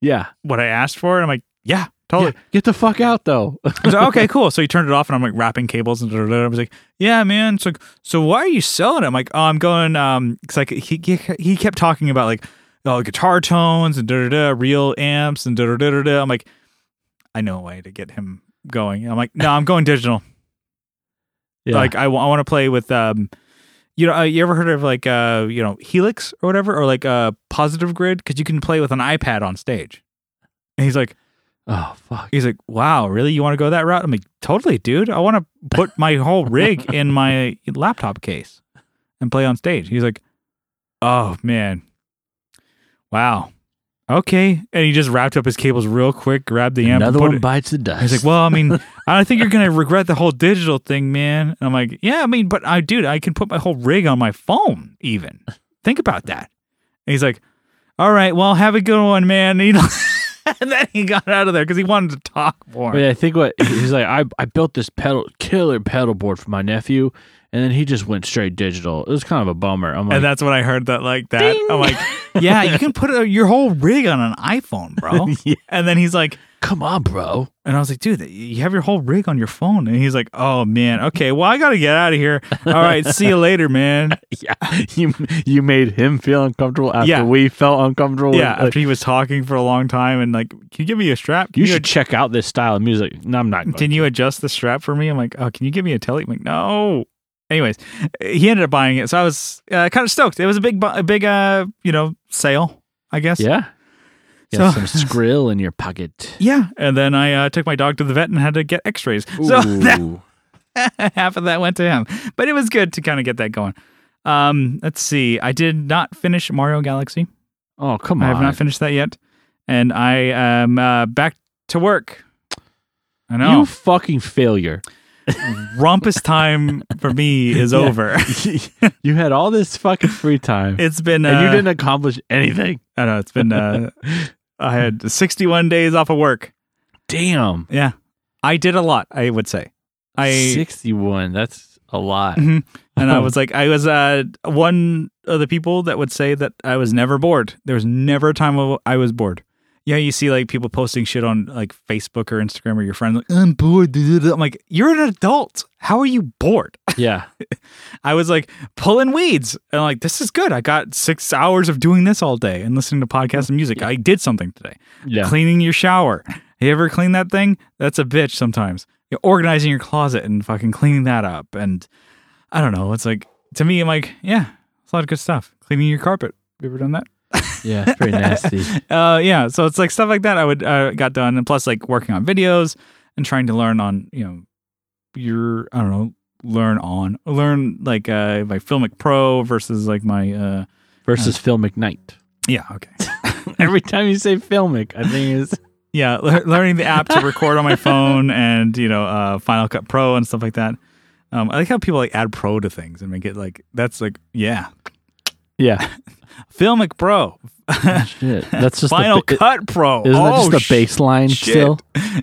B: Yeah.
A: what I asked for?" And I'm like, "Yeah, totally."
B: Yeah. Get the fuck out though. (laughs)
A: I was like, okay, cool. So he turned it off, and I'm like wrapping cables, and da, da, da. I was like, yeah, man. It's like, so why are you selling it? I'm like, oh, I'm going, um, because like he he- he kept talking about like oh guitar tones and da da da, real amps and da da da da da. I'm like, I know a way to get him going. I'm like, no, I'm going digital.
B: yeah.
A: Like I want to play with um, you know, uh, you ever heard of like uh, you know, Helix or whatever, or like uh, Positive Grid, because you can play with an iPad on stage. And he's like.
B: oh, fuck.
A: (sighs) He's like, "Wow, really? You want to go that route?" I'm like, "Totally, dude. I want to put my whole
B: (laughs)
A: rig in my laptop case and play on stage." He's like, "Oh man, wow, okay." And he just wrapped up his cables real quick, grabbed the amp, and
B: Another
A: put
B: one
A: it-
B: bites the dust.
A: He's like, "Well, I
B: (laughs)
A: mean, I don't think you're gonna regret the whole digital thing, man." And I'm like, "Yeah, I mean, but I, dude, I can put my whole rig on my phone. Even think about that." And he's like, "All right, well, have a good one, man." (laughs) And, he, and then he got out of there because he wanted to talk more.
B: I mean, I think what he's like, I, I built this pedal killer pedal board for my nephew, and then he just went straight digital. It was kind of a bummer. I'm like,
A: and that's when I heard that like that.
B: Ding.
A: I'm like, "Yeah, you can put a, your whole rig on an iPhone, bro."
B: (laughs) Yeah.
A: And then he's like,
B: come on, bro.
A: And I was like, dude, you have your whole rig on your phone. And he's like, oh, man. Okay. Well, I got to get out of here. All right. See you later, man.
B: (laughs) Yeah, you you made him feel uncomfortable after
A: Yeah.
B: we felt uncomfortable. with-
A: Yeah.
B: like,
A: After he was talking for a long time and like, can you give me a strap? Can
B: you should check out this style of music. No, I'm not. Going.
A: Can you adjust the strap for me? I'm like, oh, can you give me a telly? I'm like, no. Anyways, he ended up buying it. So I was uh, kind of stoked. It was a big, bu- a big, uh, you know, sale, I guess.
B: yeah, yeah,
A: So-
B: some skrill in your pocket.
A: Yeah. And then I uh, took my dog to the vet and had to get x rays. (laughs) So
B: Ooh.
A: that (laughs) half of that went to him. But it was good to kind of get that going. Um, let's see. I did not finish Mario Galaxy.
B: oh come
A: I
B: on!
A: have not finished that yet, and I am uh, back to work. I
B: You
A: know.
B: fucking failure!
A: Rumpus time for me is
B: Yeah. (laughs)
A: over. (laughs)
B: you had all this fucking free time,
A: It's been. Uh,
B: and you didn't accomplish anything.
A: I know. It's been. Uh, I had 61 days off of work.
B: Damn,
A: Yeah, I did a lot. I would say. I
B: sixty-one. That's
A: (laughs)
B: a lot.
A: Mhm. and I was like, I was uh, one of the people that would say that I was never bored. There was never a time of- I was bored. Yeah, you see like people posting shit on like Facebook or Instagram or your friends like I'm bored. I'm like, you're an adult. How are you bored?
B: yeah,
A: I was like pulling weeds and like this is good. I got six hours of doing this all day and listening to podcasts and music. I did something today
B: yeah.
A: cleaning your shower. You ever clean that thing? That's a bitch sometimes. you know, organizing your closet and fucking cleaning that up. And I don't know. It's like, to me, I'm like, yeah, it's a lot of good stuff. Cleaning your carpet. Have you ever done that?
B: Yeah, it's pretty
A: (laughs)
B: nasty.
A: Uh, yeah. So it's like stuff like that I would, uh, got done. And plus, like working on videos and trying to learn on, you know, your, I don't know, learn on, learn like uh, my Filmic Pro versus like my, uh,
B: Versus filmic
A: (laughs)
B: night.
A: yeah, okay.
B: Every time you say filmic, I think it's
A: Yeah, lear- learning the app to record on my phone and you know uh, Final Cut Pro and stuff like that. Um, I like how people like add pro to things and make it like that's like yeah,
B: (laughs) yeah.
A: Filmic Pro,
B: Shit, that's just
A: Final
B: the, ba-
A: Cut Pro.
B: Isn't
A: oh,
B: it just the baseline
A: shit.
B: still?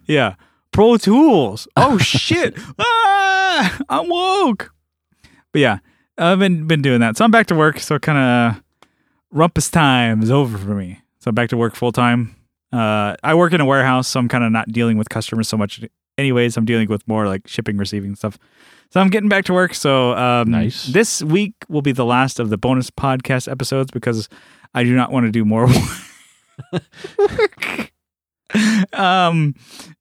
A: Yeah, Pro Tools. Oh shit, ah, I'm woke. But yeah, I've been been doing that, so I'm back to work. So kind of rumpus time is over for me. So I'm back to work full time. Uh, I work in a warehouse, so I'm kind of not dealing with customers so much. Anyways, I'm dealing with more like shipping, receiving stuff. So I'm getting back to work. So um,
B: Nice.
A: This week will be the last of the bonus podcast episodes because I do not want to do more (laughs) work. um,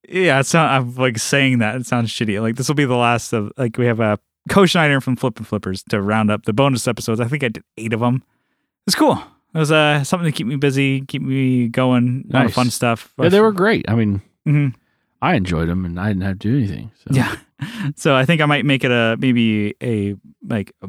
A: yeah, it's not, I'm like saying that it sounds shitty. Like this will be the last of like we have a Co Schneider from Flip and Flippers to round up the bonus episodes. I think I did eight of them. It's cool. It was uh, something to keep me busy, keep me going, a lot of
B: Nice.
A: fun stuff.
B: Yeah, they were great. I mean,
A: Mhm.
B: (laughs) I enjoyed them, and I didn't have to do anything. So.
A: Yeah. So I think I might make it a maybe a like a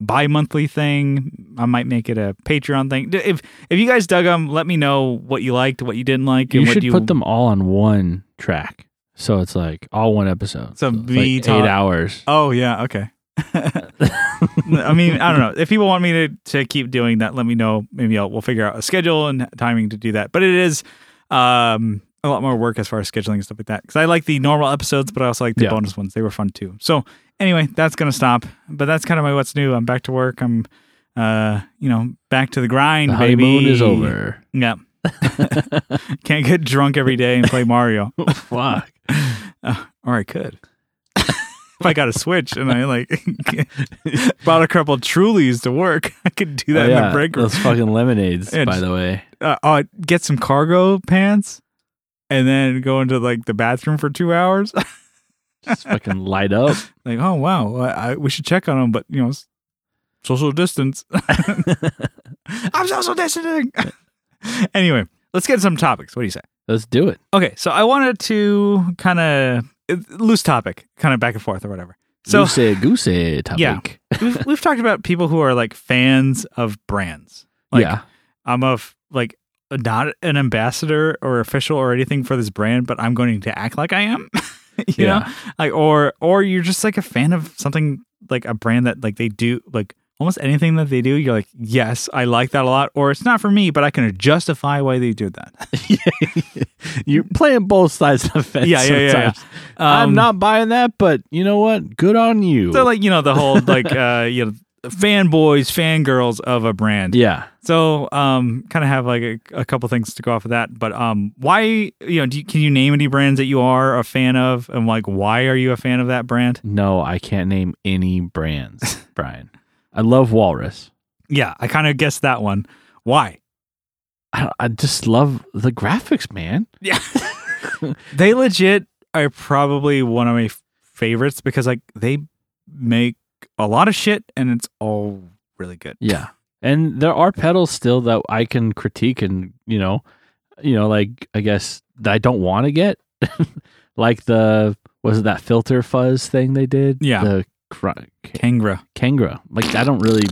A: bi-monthly thing. I might make it a Patreon thing. D- If if you guys dug them, let me know what you liked, what you didn't like,
B: you
A: and what
B: should
A: you
B: put them all on one track. So it's like all one episode.
A: So
B: it's
A: be
B: like
A: top.
B: eight hours.
A: Oh yeah, okay. I mean, I don't know. If people want me to, to keep doing that, let me know. Maybe I'll, we'll figure out a schedule and timing to do that. But it is um, a lot more work as far as scheduling and stuff like that. Because I like the normal episodes, but I also like the
B: Yeah.
A: bonus ones. They were fun too. So anyway, that's gonna stop. But that's kind of my what's new. I'm back to work. I'm, uh, you know, back to the grind.
B: The honeymoon
A: baby.
B: is over.
A: Yeah. (laughs) Can't get drunk every day and play Mario.
B: Fuck.
A: Or I could. if I got a switch and I like (laughs) bought a couple Trulies to work, (laughs) I could do that
B: Oh,
A: in
B: yeah,
A: the break room.
B: Those fucking lemonades,
A: Yeah,
B: by
A: just-
B: the way.
A: Uh, uh, get some cargo pants and then go into like the bathroom for two hours. (laughs)
B: Just fucking light up.
A: like, oh wow, I, I, we should check on them, but you know, s- social distance. (laughs) I'm social distancing. (laughs) anyway, let's get some topics. What do you say?
B: Let's do it.
A: Okay, so I wanted to kind of loose topic, kind of back and forth or whatever. So
B: goose goose topic.
A: Yeah. we've, we've talked about people who are like fans of brands. Like,
B: yeah.
A: I'm a f- like not an ambassador or official or anything for this brand, but I'm going to act like I am. (laughs) you
B: Yeah.
A: know, like or or you're just like a fan of something like a brand that like they do like almost anything that they do. You're like, yes, I like that a lot, or it's not for me, but I can justify why they did that.
B: You're (laughs) playing both sides of the fence.
A: Yeah, yeah, yeah,
B: sometimes. (laughs) I'm
A: Um,
B: not buying that, but you know what? Good on you.
A: so like you know the whole like (laughs) uh you know fanboys fangirls of a brand.
B: yeah.
A: So, um, kind of have like a, a couple things to go off of that. But um, why you know? Do you, can you name any brands that you are a fan of, and like why are you a fan of that brand?
B: No, I can't name any brands,
A: (laughs)
B: Brian. I love Walrus.
A: Yeah, I kind of guessed that one. Why?
B: I, I just love the graphics, man.
A: Yeah, they legit are probably one of my f- favorites because like they make a lot of shit, and it's all really good.
B: Yeah. And there are pedals still that I can critique and, you know, you know, like I guess that I don't want to get. (laughs) like the was it that filter fuzz thing they did?
A: Yeah.
B: The cr-
A: Kangra.
B: Kangra. Like I don't really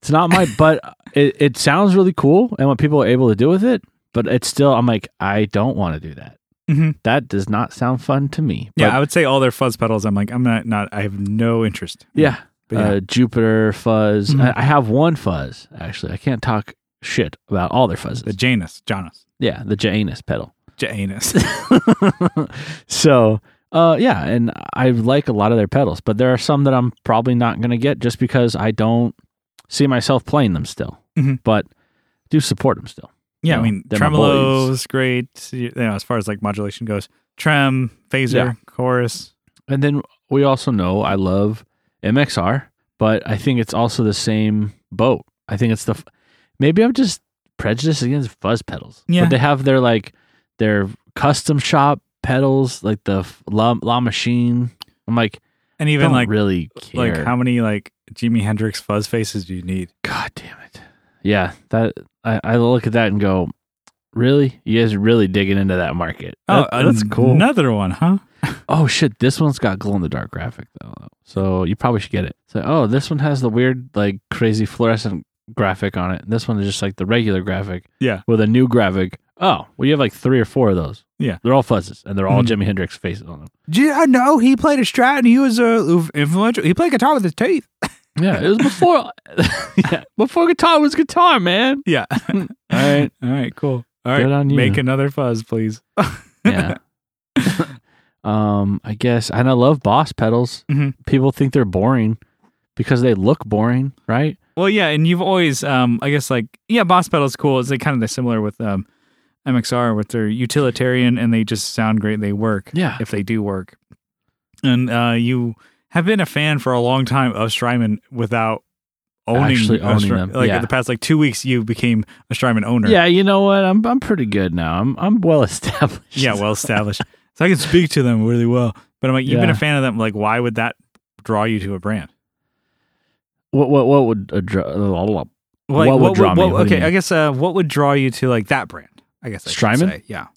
B: it's not my but it, it sounds really cool and what people are able to do with it, but it's still I'm like, I don't want to do that.
A: Mhm.
B: That does not sound fun to me.
A: Yeah,
B: But
A: I would say all their fuzz pedals. I'm like, I'm not, not. I have no interest.
B: Yeah.
A: But yeah.
B: Uh, Jupiter fuzz.
A: Mhm.
B: I, I have one fuzz actually. I can't talk shit about all their fuzzes.
A: the Janus, Janus,
B: yeah, the Janus pedal.
A: Janus.
B: (laughs) so, uh, yeah, and I like a lot of their pedals, but there are some that I'm probably not going to get just because I don't see myself playing them still.
A: Mhm.
B: But do support them still.
A: Yeah, I
B: know,
A: mean,
B: they're my
A: tremolo's great. You know, as far as like modulation goes, trem, phaser,
B: Yeah.
A: chorus.
B: And then we also know I love MXR, but I think it's also the same boat. I think it's the f- maybe I'm just prejudiced against fuzz pedals.
A: Yeah.
B: But they have their like their custom shop pedals, like the f- La, La Machine. I'm like,
A: And
B: I
A: even
B: don't
A: like
B: really care.
A: like how many like Jimi Hendrix fuzz faces do you need?
B: God damn it. Yeah, that I, I look at that and go, really? You guys are really digging into that market. That- that's cool.
A: Oh, Another one, huh?
B: Oh shit, this one's got glow in the dark graphic though. So you probably should get it. So oh, this one has the weird like crazy fluorescent graphic on it. This one is just like the regular graphic.
A: Yeah.
B: With a new graphic. Oh, well you have like three or four of those.
A: Yeah.
B: They're all fuzzes and they're all
A: Mhm.
B: Jimi Hendrix faces on them.
A: Do you know he played a strat and he was uh, influential? He played guitar with his teeth.
B: Yeah. It was before (laughs) Yeah. Before guitar was guitar, man.
A: Yeah. (laughs) All
B: All right.
A: right. Cool. All right.
B: Good on you.
A: Make another fuzz, please. (laughs)
B: Yeah. um, I guess and I love boss pedals.
A: Mhm.
B: People think they're boring because they look boring, right?
A: Well, yeah, and you've always, um, I guess, like, yeah, Boss Pedal's cool. It's like kind of similar with um, MXR, with their utilitarian, and they just sound great. They work
B: Yeah.
A: if they do work. And uh, you have been a fan for a long time of Strymon without owning,
B: Actually
A: a
B: owning
A: Stry-
B: them,
A: Like
B: yeah.
A: in the past, like two weeks, you became a Strymon owner.
B: Yeah, you know what? I'm I'm pretty good now. I'm I'm well (laughs) established.
A: yeah, well established. (laughs) so I can speak to them really well. But I'm like, you've been
B: Yeah.
A: a fan of them. Like, why would that draw you to a brand?
B: What what what would a dr- blah, blah, blah.
A: Like,
B: What would draw me? What do you
A: okay,
B: mean?
A: I guess uh, what would draw you to like that brand? I guess I should
B: Strymon?
A: say. Yeah.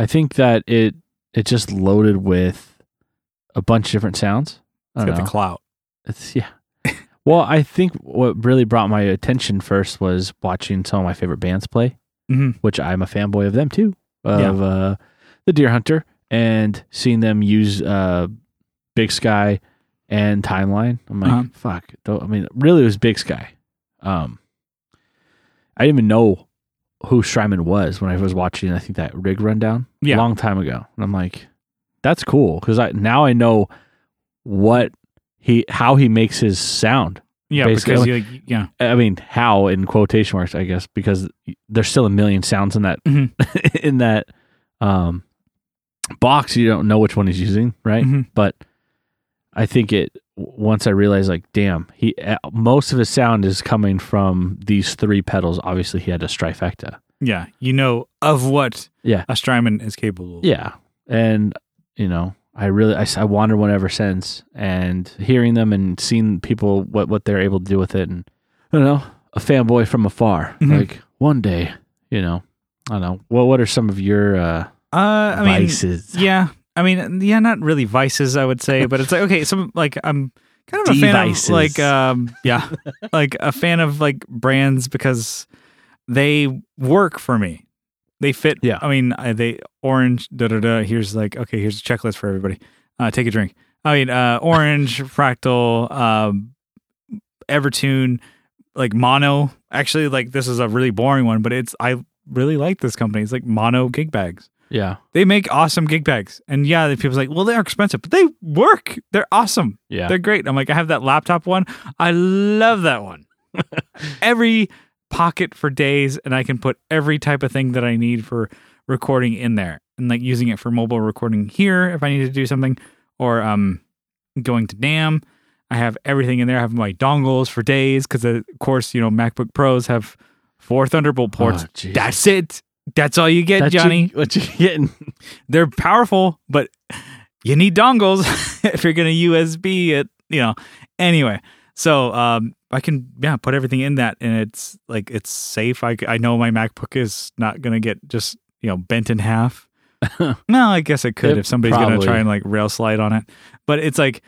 B: I think that it it just loaded with a bunch of different sounds. I
A: It's
B: don't
A: got
B: know.
A: the clout.
B: It's yeah. well, I think what really brought my attention first was watching some of my favorite bands play,
A: Mhm.
B: which I'm a fanboy of them too. Of
A: Yeah.
B: uh, the Deer Hunter and seeing them use uh, Big Sky and Timeline. I'm like,
A: Uh-huh.
B: fuck. Though I mean, really, it was Big Sky. Um, I didn't even know who Shryman was when I was watching. I think that rig rundown
A: Yeah.
B: a long time ago, and I'm like, that's cool because I now I know what he how he makes his sound.
A: Yeah,
B: Basically,
A: because you, like, yeah,
B: I mean, how in quotation marks, I guess, because there's still a million sounds in that
A: Mhm.
B: (laughs) in that um, box. You don't know which one he's using, right?
A: Mhm.
B: But I think it w- once I realized, like, damn, he uh, most of his sound is coming from these three pedals. Obviously, he had a Strifecta.
A: yeah, you know of what
B: Yeah.
A: a Strymon is capable. of.
B: Yeah, and you know, I really I, s- I wandered one ever since, and hearing them and seeing people what what they're able to do with it, and you know, a fanboy from afar,
A: Mhm.
B: like one day, you know, I don't know. Well, what are some of your uh,
A: uh, I mean,
B: vices?
A: yeah, I mean, yeah, not really vices, I would say, but it's like okay, some like I'm kind of a
B: Devices.
A: fan of like um, yeah, like a fan of like brands because they work for me. They fit.
B: Yeah.
A: I mean, I, they orange. Da da da. Here's like okay. Here's a checklist for everybody. Uh, take a drink. I mean, uh,
B: (laughs)
A: orange fractal, um, Evertune, like mono. Actually, like this is a really boring one, but it's I really like this company. It's like mono gig bags.
B: Yeah,
A: They make awesome gig bags, and yeah, the people's like, well, they're expensive, but they work. They're awesome.
B: yeah,
A: They're great. I'm like, I have that laptop one. I love that
B: (laughs)
A: one. every pocket for days, and I can put every type of thing that I need for recording in there, and like using it for mobile recording here if I need to do something, or um, going to Nam. I have everything in there. I have my dongles for days because, of course, you know MacBook Pros have four Thunderbolt ports.
B: Oh, jeez.
A: That's it. That's all you get,
B: That you-
A: Johnny.
B: (laughs) what you getting?
A: They're powerful, but you need dongles (laughs) if you're gonna USB it. You know. Anyway, so um, I can yeah put everything in that, and it's like it's safe. I c- I know my MacBook is not gonna get just you know bent in
B: (laughs)
A: half. no, I guess it could
B: It
A: if somebody's gonna
B: probably-
A: try and like rail slide on it, but it's like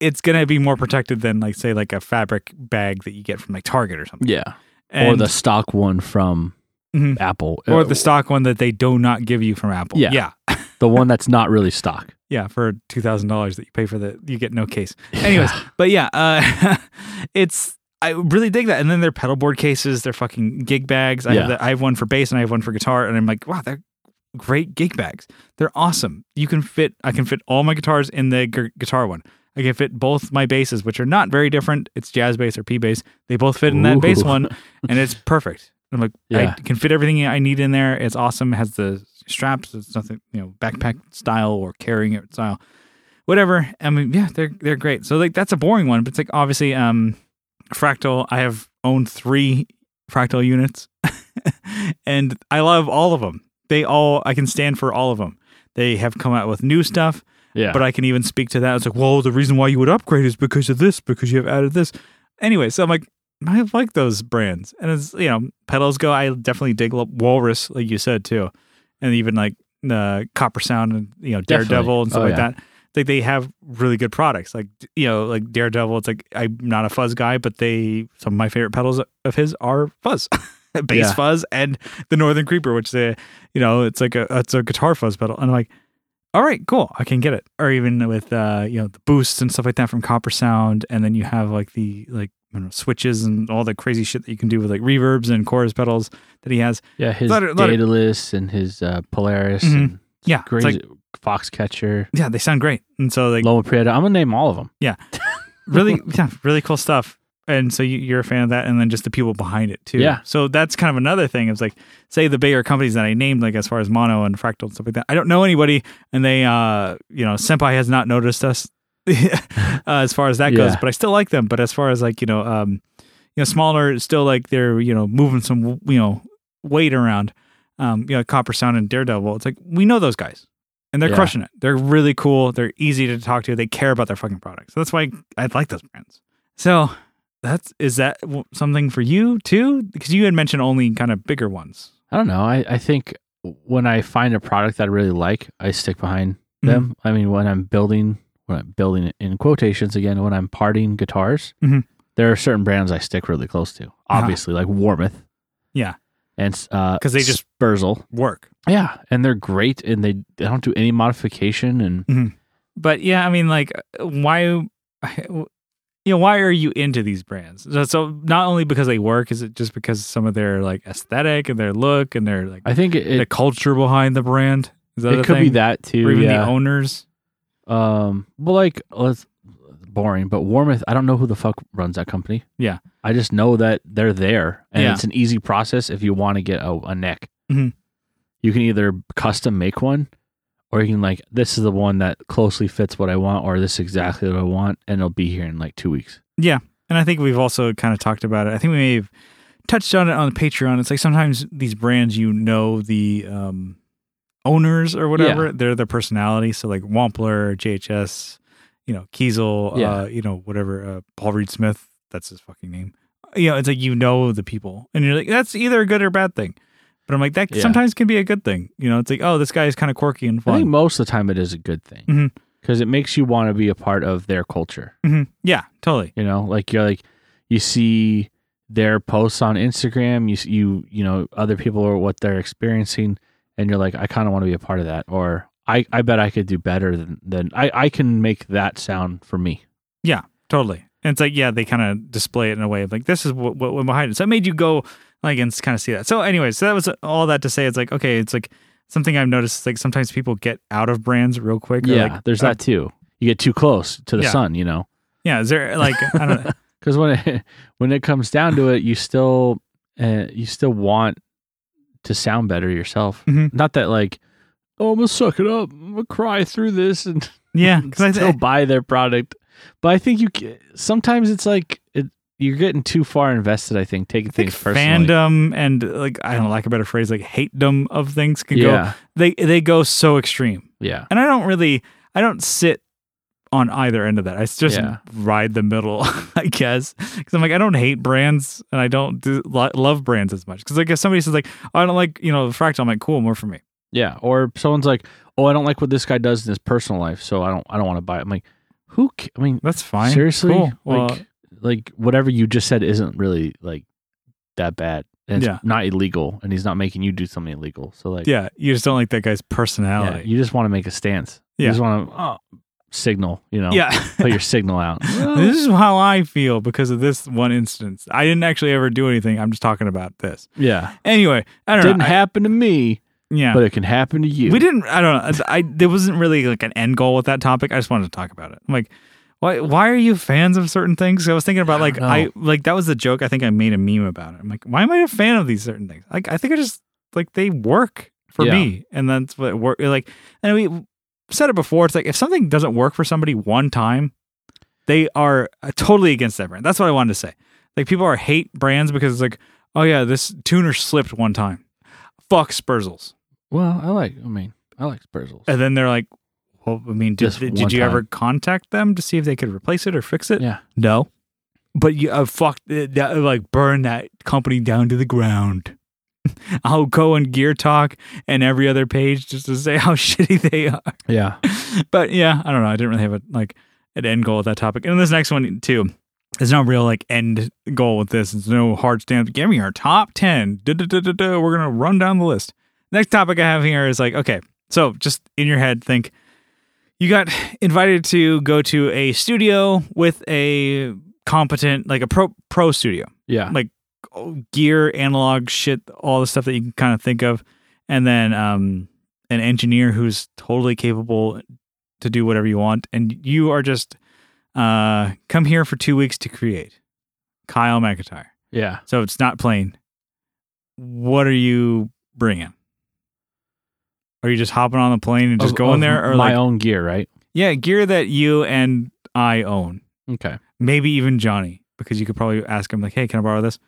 A: it's gonna be more protected than like say like a fabric bag that you get from like Target or something.
B: Yeah, or
A: And-
B: the stock one from
A: Mhm.
B: Apple,
A: or
B: Uh,
A: the stock one that they do not give you from Apple.
B: Yeah.
A: yeah.
B: the one that's not really stock.
A: yeah for two thousand dollars that you pay for the you get no case anyways but yeah uh (laughs) it's i really dig that and then their pedal board cases their fucking gig bags i
B: Yeah.
A: have the, i have one for bass and i have one for guitar and i'm like wow they're great gig bags they're awesome you can fit i can fit all my guitars in the gu- guitar one i can fit both my basses which are not very different it's jazz bass or p bass they both fit in that bass
B: Ooh.
A: one and it's perfect i'm like
B: Yeah.
A: i can fit everything i need in there it's awesome it has the straps it's nothing you know backpack style or carrying it style whatever. I mean, yeah, they're they're great. So like that's a boring one, but it's like obviously um Fractal, I have owned 3 Fractal (laughs) units. and I love all of them. They all I can stand for all of them. They have come out with new stuff,
B: (laughs) Yeah.
A: but I can even speak to that. It's like, well, the reason why you would upgrade is because of this, because you have added this. Anyway, so I'm like, I like those brands, and it's you know, pedals go. I definitely dig Lo- Walrus, like you said too, and even like uh, Copper Sound and you know
B: Definitely.
A: Daredevil and stuff
B: Oh,
A: like
B: yeah.
A: that. Like they have really good products, like you know, like Daredevil. It's like I'm not a fuzz guy, but they some of my favorite pedals of his are fuzz, (laughs) bass
B: Yeah.
A: fuzz, and the Northern Creeper, which they, you know, it's like a it's a guitar fuzz pedal, and I'm like, all right, cool, I can get it. Or even with uh, you know, the boosts and stuff like that from Copper Sound, and then you have like the like I don't know, switches and all the crazy shit that you can do with like reverbs and chorus pedals that he has.
B: yeah. His
A: Let it- let it-
B: Daedalus and his uh, Polaris
A: Mhm.
B: and
A: Yeah, it's
B: crazy
A: like-
B: Foxcatcher,
A: Yeah, they sound great, and so like
B: Loma Prieta. I'm gonna name all of them.
A: really, yeah, really cool stuff. And so you, you're a fan of that, and then just the people behind it too.
B: Yeah.
A: So that's kind of another thing. It's like, say the bigger companies that I named, like as far as Mono and Fractal and stuff like that. I don't know anybody, and they, uh, you know, Senpai has not noticed us (laughs) uh, as far as that goes.
B: Yeah.
A: But I still like them. But as far as like you know, um, you know, smaller, still like they're you know moving some you know weight around. Um, you know, Copper Sound and Daredevil. It's like we know those guys, and they're
B: Yeah.
A: crushing it. They're really cool. They're easy to talk to. They care about their fucking products. So that's why I like those brands. So that's is that w- something for you too? Because you had mentioned only kind of bigger ones.
B: I don't know. I, I think when I find a product that I really like, I stick behind
A: Mm-hmm.
B: them. I mean, when I'm building, when I'm building it in quotations again, when I'm parting guitars,
A: Mhm.
B: there are certain brands I stick really close to. Obviously, like Warmouth.
A: Uh-huh. Yeah.
B: And uh,
A: 'Cause they just-
B: Spurzel.
A: Work.
B: Yeah, and they're great, and they, they don't do any modification. And
A: but yeah, I mean, like, why, (laughs) you know, why are you into these brands? So, so not only because they work, is it just because some of their like aesthetic and their look and their like
B: I think it
A: the
B: it,
A: culture behind the brand? Is that
B: it
A: a
B: could be
A: thing?
B: that too.
A: or even
B: yeah.
A: the owners.
B: Um, well, like let's boring, but Warmouth. I don't know who the fuck runs that company.
A: Yeah.
B: I just know that they're there, and
A: Yeah.
B: it's an easy process if you want to get a, a neck.
A: Mhm.
B: You can either custom make one, or you can like this is the one that closely fits what I want, or this is exactly what I want, and it'll be here in like two weeks.
A: And I think we've also kind of talked about it. I think we may have touched on it on the Patreon. It's like sometimes these brands, you know, the um, owners or whatever, they're the personality. So like Wampler, JHS, you know, Kiesel,
B: Yeah.
A: uh, you know, whatever, uh, Paul Reed Smith, that's his fucking name. You know, it's like you know the people, and you're like, that's either a good or bad thing. But I'm like, that
B: Yeah.
A: sometimes can be a good thing. You know, it's like, oh, this guy is kind of quirky and
B: I think
A: fun.
B: most of the time it is a good thing
A: Mhm.
B: because it makes you want to be a part of their culture.
A: Mhm. Yeah, totally.
B: You know, like you're like you see their posts on Instagram, you s- you you know other people are what they're experiencing, and you're like, I kind of want to be a part of that, or I I bet I could do better than than I I can make that sound for me.
A: Totally. And it's like, yeah, they kind of display it in a way of like, this is what, what went behind it. So it made you go like and kind of see that. So anyway, so that was all that to say. It's like, okay, it's like something I've noticed. is, Like sometimes people get out of brands real quick. or,
B: yeah,
A: like,
B: there's
A: uh,
B: that too. You get too close to the
A: Yeah.
B: sun, you know,
A: yeah. Is there like, I don't know. (laughs)
B: because when it (laughs) when it comes down to it, you still uh, you still want to sound better yourself.
A: Mhm.
B: Not that like. Oh, I'm gonna suck it up. I'm gonna cry through this, and (laughs)
A: Yeah. (laughs) Cause I,
B: still
A: th-
B: buy their product. But I think you ca- sometimes it's like it, you're getting too far invested. I think taking
A: I think
B: things personally.
A: fandom and like, I don't know, lack of a better phrase, like hatedom of things can go,
B: yeah,
A: they, they go so extreme.
B: yeah,
A: And I don't really, I don't sit on either end of that. I just
B: Yeah.
A: ride the middle, (laughs) I guess. Because I'm like, I don't hate brands and I don't do, lo- love brands as much. Because like if somebody says like, oh, I don't like, you know, Fractal, I'm like, cool, more for me.
B: yeah. Or someone's like, "Oh, I don't like what this guy does in his personal life, so I don't, I don't want to buy it." I'm like, "Who? ca- I mean,
A: That's fine.
B: seriously?
A: Cool. Well,
B: Like, like whatever you just said isn't really like that bad, and it's
A: Yeah.
B: not illegal, and he's not making you do something illegal. So like,
A: yeah, you just don't like that guy's
B: yeah,
A: personality.
B: you just want to make a stance.
A: Yeah.
B: You just want to signal, you know,
A: Yeah.
B: put your signal
A: (laughs)
B: out.
A: this is how I feel because of this one instance. I didn't actually ever do anything. I'm just talking about this.
B: yeah,
A: Anyway, I don't
B: didn't
A: know. I-
B: happen to me.
A: yeah.
B: but it can happen to you.
A: We didn't. I don't know. It's- I there wasn't really like an end goal with that topic. I just wanted to talk about it. I'm like, why? Why are you fans of certain things? I was thinking about like
B: don't
A: I like that was the joke. I think I made a meme about it. I'm like, why am I a fan of these certain things? Like I think I just like they work for
B: Yeah.
A: me, and that's what work. Like, and we said it before. It's like if something doesn't work for somebody one time, they are uh, totally against that brand. That's what I wanted to say. Like people are hate brands because it's like, oh yeah, this tuner slipped one time. Fuck Spurzels.
B: Well, I like. I mean, I I like Spurzels.
A: And then they're like, well, I mean, did,
B: Just one
A: did you
B: time.
A: ever contact them to see if they could replace it or fix it?
B: Yeah.
A: No. But you uh, fuck it, that, like burn that company down to the ground. (laughs) I'll go on Gear Talk and every other page just to say how (laughs) shitty they are.
B: Yeah.
A: But yeah, I don't know. I didn't really have a like an end goal with that topic. And this next one too. There's no real like end goal with this. There's no hard stand. Give me our top ten. Da-da-da-da-da. We're gonna run down the list. Next topic I have here is like okay. So just in your head, think you got invited to go to a studio with a competent like a pro pro studio
B: Yeah.
A: Like, gear analog shit all the stuff that you can kind of think of and then um an engineer who's totally capable to do whatever you want and you are just uh come here for two weeks to create kyle mcintyre
B: yeah.
A: so it's not plain what are you bringing are you just hopping on the plane and just
B: Of-
A: going
B: of
A: there or
B: my
A: like
B: own gear, right?
A: yeah, gear that you and I own.
B: Okay.
A: Maybe even Johnny, because you could probably ask him like, "Hey, can I borrow this?"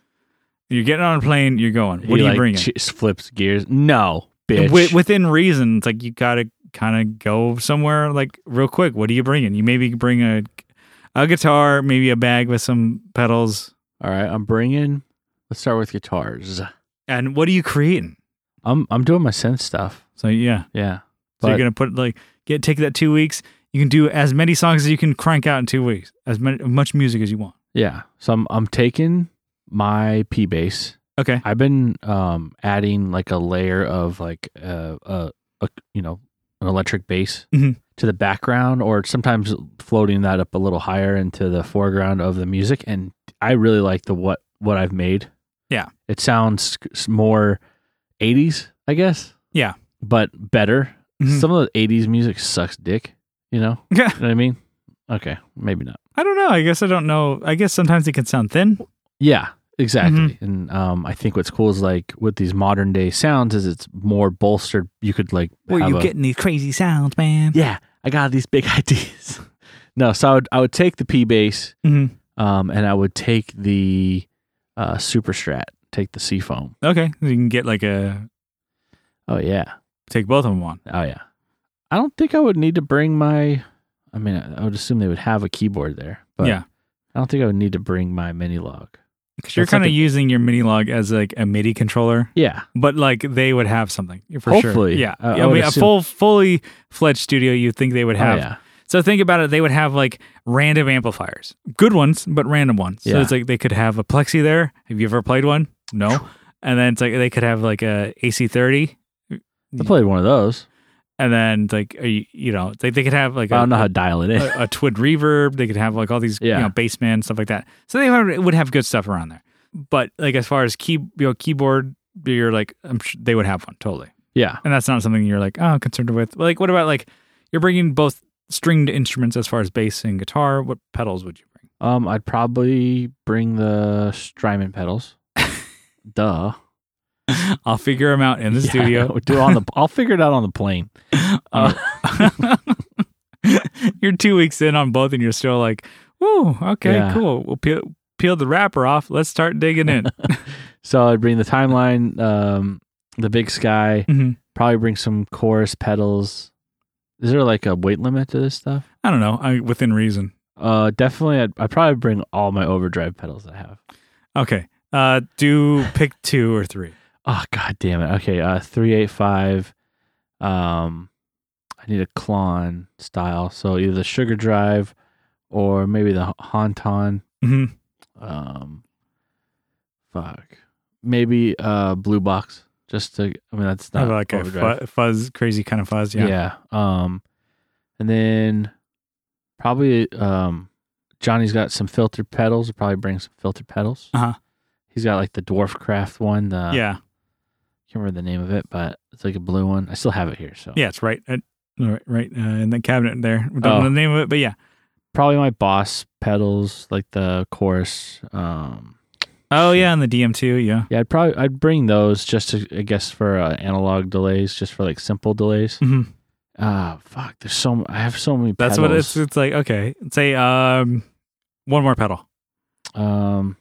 A: You're getting on a plane. You're going. What
B: He,
A: are you
B: like,
A: bringing?
B: ch- flips gears. No, bitch.
A: Wi- within reason, it's like you gotta kind of go somewhere like real quick. What are you bringing? You maybe bring a a guitar, maybe a bag with some pedals.
B: All right, I'm bringing. Let's start with guitars.
A: And what are you creating?
B: I'm I'm doing my synth stuff.
A: So yeah,
B: Yeah.
A: so
B: But-
A: you're gonna put like get take that two weeks. You can do as many songs as you can crank out in two weeks, as many, much music as you want.
B: Yeah. So I'm I'm taking my P bass.
A: Okay.
B: I've been um adding like a layer of like uh, a a you know an electric bass
A: Mhm.
B: to the background, or sometimes floating that up a little higher into the foreground of the music. And I really like the what what I've made.
A: Yeah.
B: It sounds s- more 80s, I guess.
A: Yeah.
B: But better.
A: Mhm.
B: Some of the 80s music sucks dick. You know.
A: (laughs) Yeah.
B: You know what I mean? Okay, maybe not.
A: I don't know. I guess I don't know. I guess sometimes it can sound thin.
B: Yeah, exactly.
A: Mm-hmm.
B: And um, I think what's cool is like with these modern day sounds is it's more bolstered. You could like
A: Where
B: have
A: you
B: a-
A: getting these crazy sounds, man?
B: yeah, I got these big (laughs) ideas. no, so I would I would take the P bass,
A: Mhm.
B: um, and I would take the uh, Super Strat, take the Seafoam.
A: Okay. You can get like a
B: Oh yeah,
A: take both of them on.
B: oh yeah. I don't think I would need to bring my. I mean, I I would assume they would have a keyboard there, but
A: yeah.
B: I don't think I would need to bring my mini log.
A: Because you're
B: that's like
A: kind of
B: a-
A: using your mini log as like a MIDI controller,
B: Yeah,
A: but like they would have something for sure.
B: Hopefully.
A: Yeah.
B: I- I
A: I,
B: would
A: mean, a
B: assume-
A: full, fully fledged studio, you think they would
B: Oh,
A: have.
B: yeah,
A: So think about it. They would have like random amplifiers, good ones, but random ones. So
B: Yeah.
A: it's like they could have a Plexi there. Have you ever played one? No. And then it's like they could have like a AC30.
B: I played one of those.
A: And then like, are you, you know, they, they could have like
B: I
A: a,
B: don't know how to dial it in.
A: a, a Twid reverb. They could have like all these,
B: Yeah.
A: you know, bassmen stuff like that. So they would would have good stuff around there. But like as far as key, you know, keyboard, you're like, I'm sure they would have one totally.
B: (laughs) yeah,
A: And that's not something you're like, oh, concerned with. Like, what about like you're bringing both stringed instruments as far as bass and guitar? What pedals would you bring?
B: Um, I'd probably bring the Strymon pedals. Duh.
A: I'll figure them out in the
B: Yeah, I (laughs)
A: studio.
B: would do it on the. I'll figure it out on the plane.
A: Uh, (laughs) you're two weeks in on both, and you're still like, "Ooh, okay,
B: Yeah.
A: cool. We'll peel, peel the wrapper off. Let's start digging
B: (laughs)
A: in."
B: So I'd bring the timeline, um, the Big Sky.
A: Mhm.
B: Probably bring some chorus pedals. Is there like a weight limit to this stuff?
A: I don't know. I, within reason.
B: Uh, definitely. I'd, I'd probably bring all my overdrive pedals I have.
A: Okay. Uh, do pick two or three.
B: Oh god damn it. Okay, uh, three eight five. Um, I need a Klon style. So either the Sugar Drive, or maybe the Honton.
A: hmm
B: um fuck maybe uh blue box just to i mean that's not
A: like a
B: overdrive.
A: fu- fuzz, crazy kind of fuzz. Yeah.
B: yeah. um and then probably um johnny's got some filtered pedals I'll probably bring some filtered pedals
A: Uh-huh.
B: he's got like the dwarf craft one the i
A: yeah.
B: can't remember the name of it but it's like a blue one i still have it here so
A: Yeah, It's right. At, right. Right uh, in the cabinet there. We don't
B: Oh.
A: know the name of it, but yeah.
B: probably my boss pedals like the chorus um
A: Oh
B: Shit.
A: yeah, and the DM2. Yeah.
B: yeah i'd probably i'd bring those just to i guess for uh, analog delays just for like simple delays
A: hmm
B: Ah, fuck. There's so m- I have so many.
A: That's what it's. It's like okay. Say um, one more pedal.
B: it's. Um,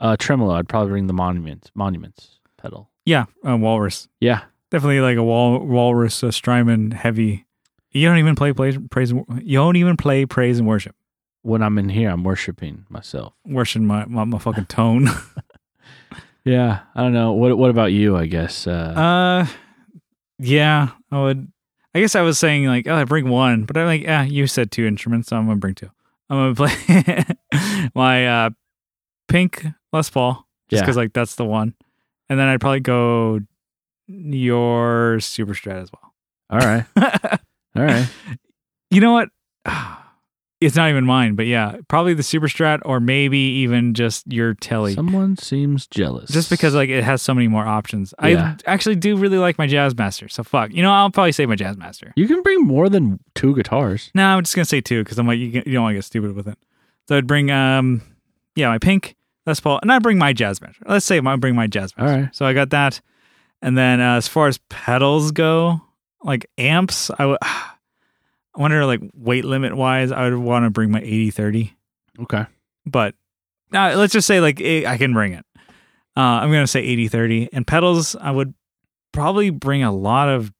B: uh, tremolo. I'd probably bring the monuments. Monuments pedal.
A: Yeah. Um, walrus.
B: Yeah,
A: definitely like a wal- walrus uh, Strymon heavy. You don't even play praise, praise. and- You don't even play praise and worship.
B: When I'm in here, I'm worshiping myself.
A: Worship my, my my fucking tone.
B: Yeah, I don't know. What What about you? I guess. Uh,
A: Uh, yeah, I would. I guess I was saying like, oh, I bring one, but I'm like, yeah, you said two instruments, so I'm gonna bring two. I'm gonna play (laughs) my uh, pink Les Paul, just
B: Yeah.
A: because like that's the one, and then I'd probably go your Super Strat as
B: all right,
A: well. (laughs)
B: all right.
A: you know what? (sighs) It's not even mine, but yeah, probably the Super Strat or maybe even just your Telly.
B: Someone seems jealous.
A: just because like it has so many more options.
B: Yeah.
A: I actually do really like my Jazzmaster. So fuck, you know I'll probably say my Jazzmaster.
B: you can bring more than two guitars.
A: No, I'm just gonna say two because I'm like you, get- you don't want to get stupid with it. So I'd bring um yeah my pink Les Paul and I bring my Jazzmaster. Let's say I bring my Jazzmaster.
B: All right.
A: So I got that, and then uh, as far as pedals go, like amps, I would. (sighs) I wonder like weight limit wise, I would want to bring my 8030
B: Okay.
A: but uh, let's just say like it, I can bring it. Uh, I'm gonna say 80 30 and pedals. I would probably bring a lot of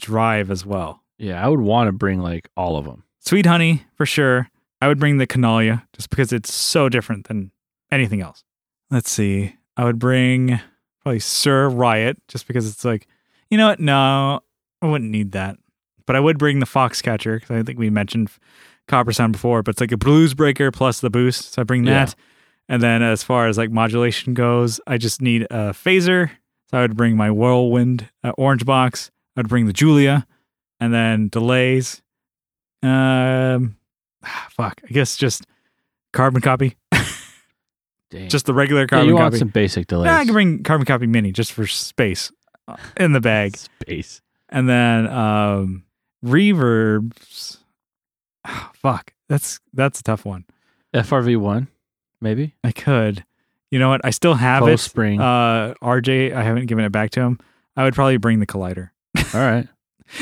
A: drive as well.
B: Yeah, I would want to bring like all of them.
A: Sweet honey for sure. I would bring the canalia just because it's so different than anything else. Let's see. I would bring probably Sir Riot just because it's like you know what? No, I wouldn't need that. But I would bring the Foxcatcher because I think we mentioned Copper Sound before. But it's like a blues breaker plus the boost, so I bring
B: Yeah.
A: that. And then as far as like modulation goes, I just need a phaser, so I would bring my Whirlwind uh, Orange Box. I'd bring the Julia, and then delays. Um, fuck. I guess just carbon copy,
B: Dang.
A: just the regular
B: yeah,
A: carbon
B: you want
A: copy.
B: some basic delays.
A: Nah, I can bring carbon copy mini just for space uh, in the bag.
B: Space.
A: and then um reverbs Ah, fuck that's that's a tough one
B: FRV one, maybe.
A: i could you know what i still have
B: Faux
A: it
B: spring.
A: uh rj i haven't given it back to him i would probably bring the collider (laughs)
B: all right.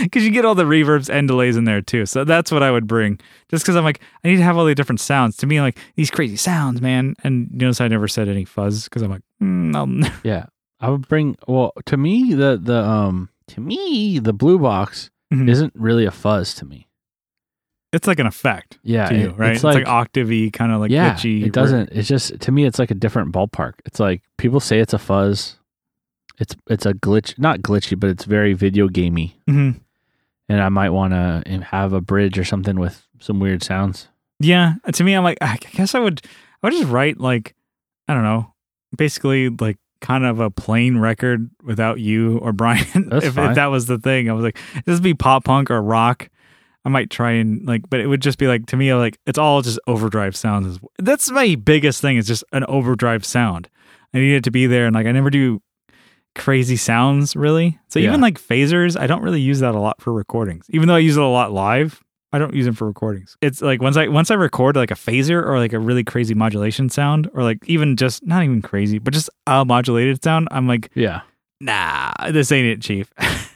A: because you get all the reverbs and delays in there too so that's what i would bring just because i'm like i need to have all the different sounds to me like these crazy sounds man and notice i never said any fuzz because i'm like mm, I'll- (laughs)
B: Yeah. I would bring well to me the the um to me the blue box
A: Mhm.
B: isn't really a fuzz to me.
A: it's like an effect
B: Yeah.
A: to you
B: it-
A: right
B: It's like,
A: octavey kind of like
B: yeah,
A: itchy
B: it doesn't it's just to me it's like a different ballpark. It's like people say it's a fuzz. It's it's a glitch not glitchy, but it's very video gamey.
A: Mhm.
B: And I might wanna have a bridge or something with some weird sounds.
A: Yeah, to me, I'm like, I guess I would, I would just write like, I don't know, basically like kind of a plain record without you or (laughs) Brian.
B: That's
A: if,
B: fine.
A: if that was the thing, I was like, this would be pop punk or rock. I might try and like, but it would just be like to me, I'm like it's all just overdrive sounds. That's my biggest thing is just an overdrive sound. I need it to be there, and like I never do crazy sounds really. So
B: Yeah.
A: even like phasers, I don't really use that a lot for recordings. Even though I use it a lot live, I don't use them for recordings. It's like once I once I record like a phaser or like a really crazy modulation sound or like even just not even crazy, but just a modulated sound, I'm like,
B: Yeah.
A: nah, this ain't it, chief. (laughs)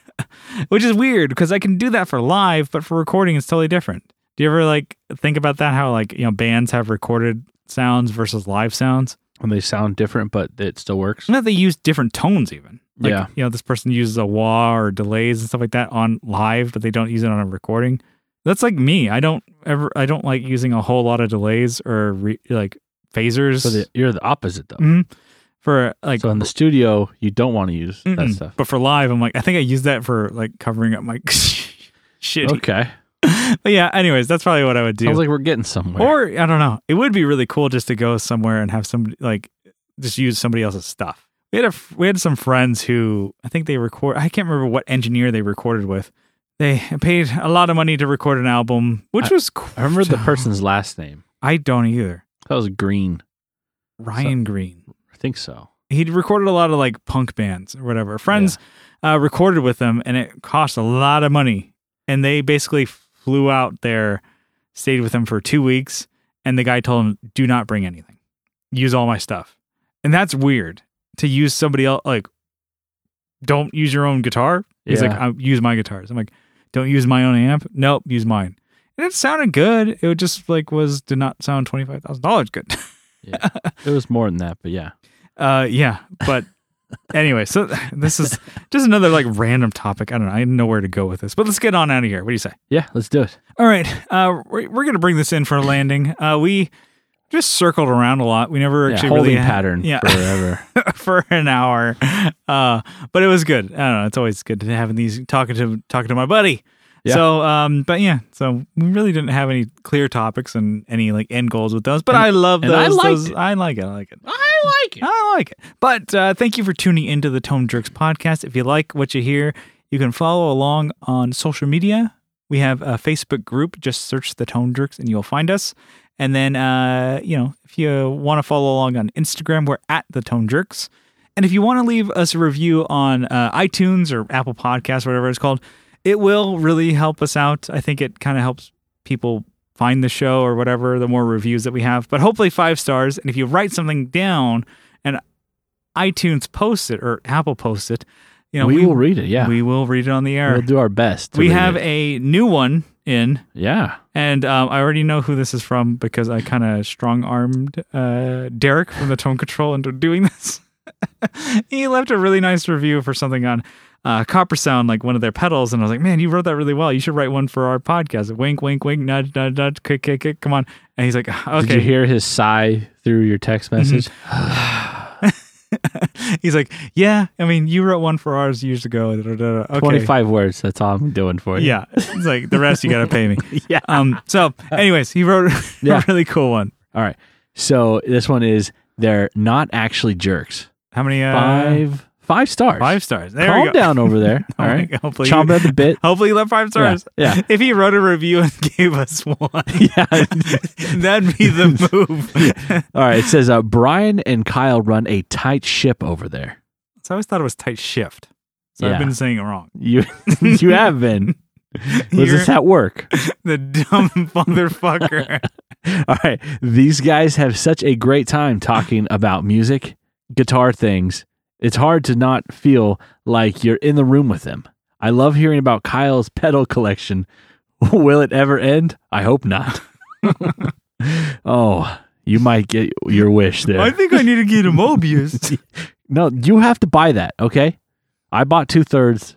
A: Which is weird because I can do that for live, but for recording it's totally different. Do you ever like think about that how like, you know, bands have recorded sounds versus live sounds?
B: And they sound different but it still works.
A: And that they use different tones even. Like,
B: Yeah.
A: You know, this person uses a wah or delays and stuff like that on live, but they don't use it on a recording. That's like me. I don't ever, I don't like using a whole lot of delays or re, like phasers
B: So the, you're the opposite though.
A: Mhm. for like,
B: so in the studio you don't want to use that
A: mm-mm.
B: stuff.
A: but for live, I'm like, I think I use that for like covering up my (laughs) shit.
B: Okay.
A: But yeah, anyways, that's probably what I would do.
B: Sounds like we're getting somewhere.
A: Or I don't know. It would be really cool just to go somewhere and have somebody like just use somebody else's stuff. We had a f- we had some friends who I think they record. I can't remember what engineer they recorded with. They paid a lot of money to record an album, which was cool.
B: I remember the person's last name.
A: I don't either.
B: That was Green.
A: Ryan Green.
B: I think so.
A: He'd recorded a lot of like punk bands or whatever. Friends uh, recorded with them, and it cost a lot of money. And they basically flew out there, stayed with them for two weeks, and the guy told him, "Do not bring anything. Use all my stuff." And that's weird to use somebody else. Like, don't use your own guitar. He's like,
B: Yeah.
A: "I use my guitars." I'm like, "Don't use my own amp." Nope, use mine. And it sounded good. It just like was did not sound (laughs) twenty five thousand dollars good.
B: It was more than that, but yeah.
A: Uh, yeah, but anyway, so (laughs) this is just another like random topic. I don't know. I know where to go with this, but let's get on out of here. What do you say?
B: Yeah, let's do it.
A: All right, uh, we're, we're going to bring this in for a landing. Uh, we just circled around a lot. We never
B: Yeah,
A: actually
B: holding
A: really had-
B: pattern
A: yeah.
B: forever.
A: for an hour, uh, but it was good. I don't know. It's always good to having these talking to talking to my buddy.
B: Yeah.
A: So, um, but yeah, so we really didn't have any clear topics and any like end goals with those. But I love those.
B: and I liked
A: those-
B: it.
A: I like it. I like it.
B: I like
A: (laughs) I like it. But uh, thank you for tuning into the Tone Jerks podcast. If you like what you hear, you can follow along on social media. We have a Facebook group. Just search the Tone Jerks and you'll find us. And then, uh, you know, if you want to follow along on Instagram, we're at the Tone Jerks. And if you want to leave us a review on uh, iTunes or Apple Podcasts, whatever it's called, it will really help us out. I think it kind of helps people find the show or whatever, the more reviews that we have. But hopefully, five stars. And if you write something down and iTunes posts it or Apple posts it, you know,
B: we, will read it. Yeah, we,
A: we will read it on the air.
B: will do our best. to
A: we
B: read
A: have
B: it.
A: a new one in.
B: yeah.
A: And um, I already know who this is from because I kind of strong armed uh, Derek from the Tone Control into doing this. (laughs) he left a really nice review for something on uh, Copper Sound, like one of their pedals. And I was like, man, you wrote that really well. You should write one for our podcast. Wink, wink, wink, nudge, nudge, nudge, kick, kick, kick. Come on. And he's like, (laughs) okay. Mm-hmm.
B: Did you hear his sigh through your text message?
A: he's like, yeah. I mean, you wrote one for ours years ago. Da, da, da, da. Okay.
B: Twenty-five words. That's all I'm doing for you.
A: Yeah. It's like the rest you got to pay me.
B: (laughs) Yeah.
A: Um. So, anyways, he wrote (laughs) a
B: Yeah.
A: really cool one.
B: All right. So this one is they're not actually jerks.
A: How many? Uh,
B: Five five stars.
A: Five stars. There we
B: Calm
A: go.
B: down
A: (laughs)
B: over there.
A: Oh
B: All
A: my
B: right.
A: God, hopefully, you-
B: Chomp at the bit.
A: hopefully you left five
B: Yeah,
A: stars.
B: yeah.
A: (laughs) If he wrote a review and (laughs) gave us one,
B: (laughs) Yeah.
A: (laughs) that'd be the move.
B: (laughs)
A: (laughs)
B: All right. It says uh, Brian and Kyle run a tight ship over there.
A: So I always thought it was tight shift. So I've
B: Yeah.
A: been saying it wrong.
B: You you have been. (laughs) Was
A: You're
B: this at work?
A: the
B: (laughs)
A: dumb motherfucker.
B: All right. These guys have such a great time talking about music, guitar things. It's hard to not feel like you're in the room with them. I love hearing about Kyle's pedal collection. (laughs) Will it ever end? I hope not. (laughs) oh, you might get your wish there.
A: I think I need to get a
B: (laughs)
A: Mobius.
B: No, you have to buy that, okay? I bought two thirds.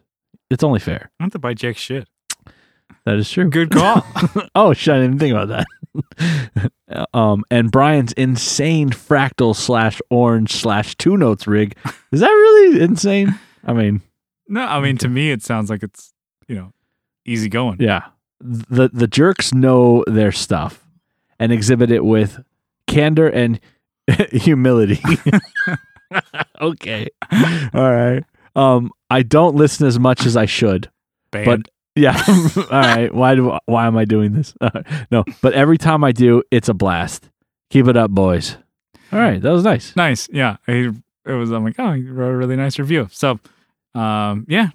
B: It's only fair.
A: I have to buy jack shit.
B: That is true.
A: Good call.
B: Oh shit, I didn't think about that. (laughs) um, and Brian's insane fractal slash orange slash two notes rig. Is that really insane? I mean,
A: (laughs) no, I mean to me it sounds like it's you know easy going.
B: yeah. The the jerks know their stuff and exhibit it with candor and (laughs) humility. (laughs) okay. All right. Um, I don't listen as much as I should.
A: Band.
B: But
A: (laughs)
B: yeah, (laughs) all right. Why do why am I doing this? (laughs) no, but every time I do, it's a blast. Keep it up, boys. All right, that was nice.
A: nice. Yeah. I, it was, I'm like, oh, he wrote a really nice review. So, um, yeah,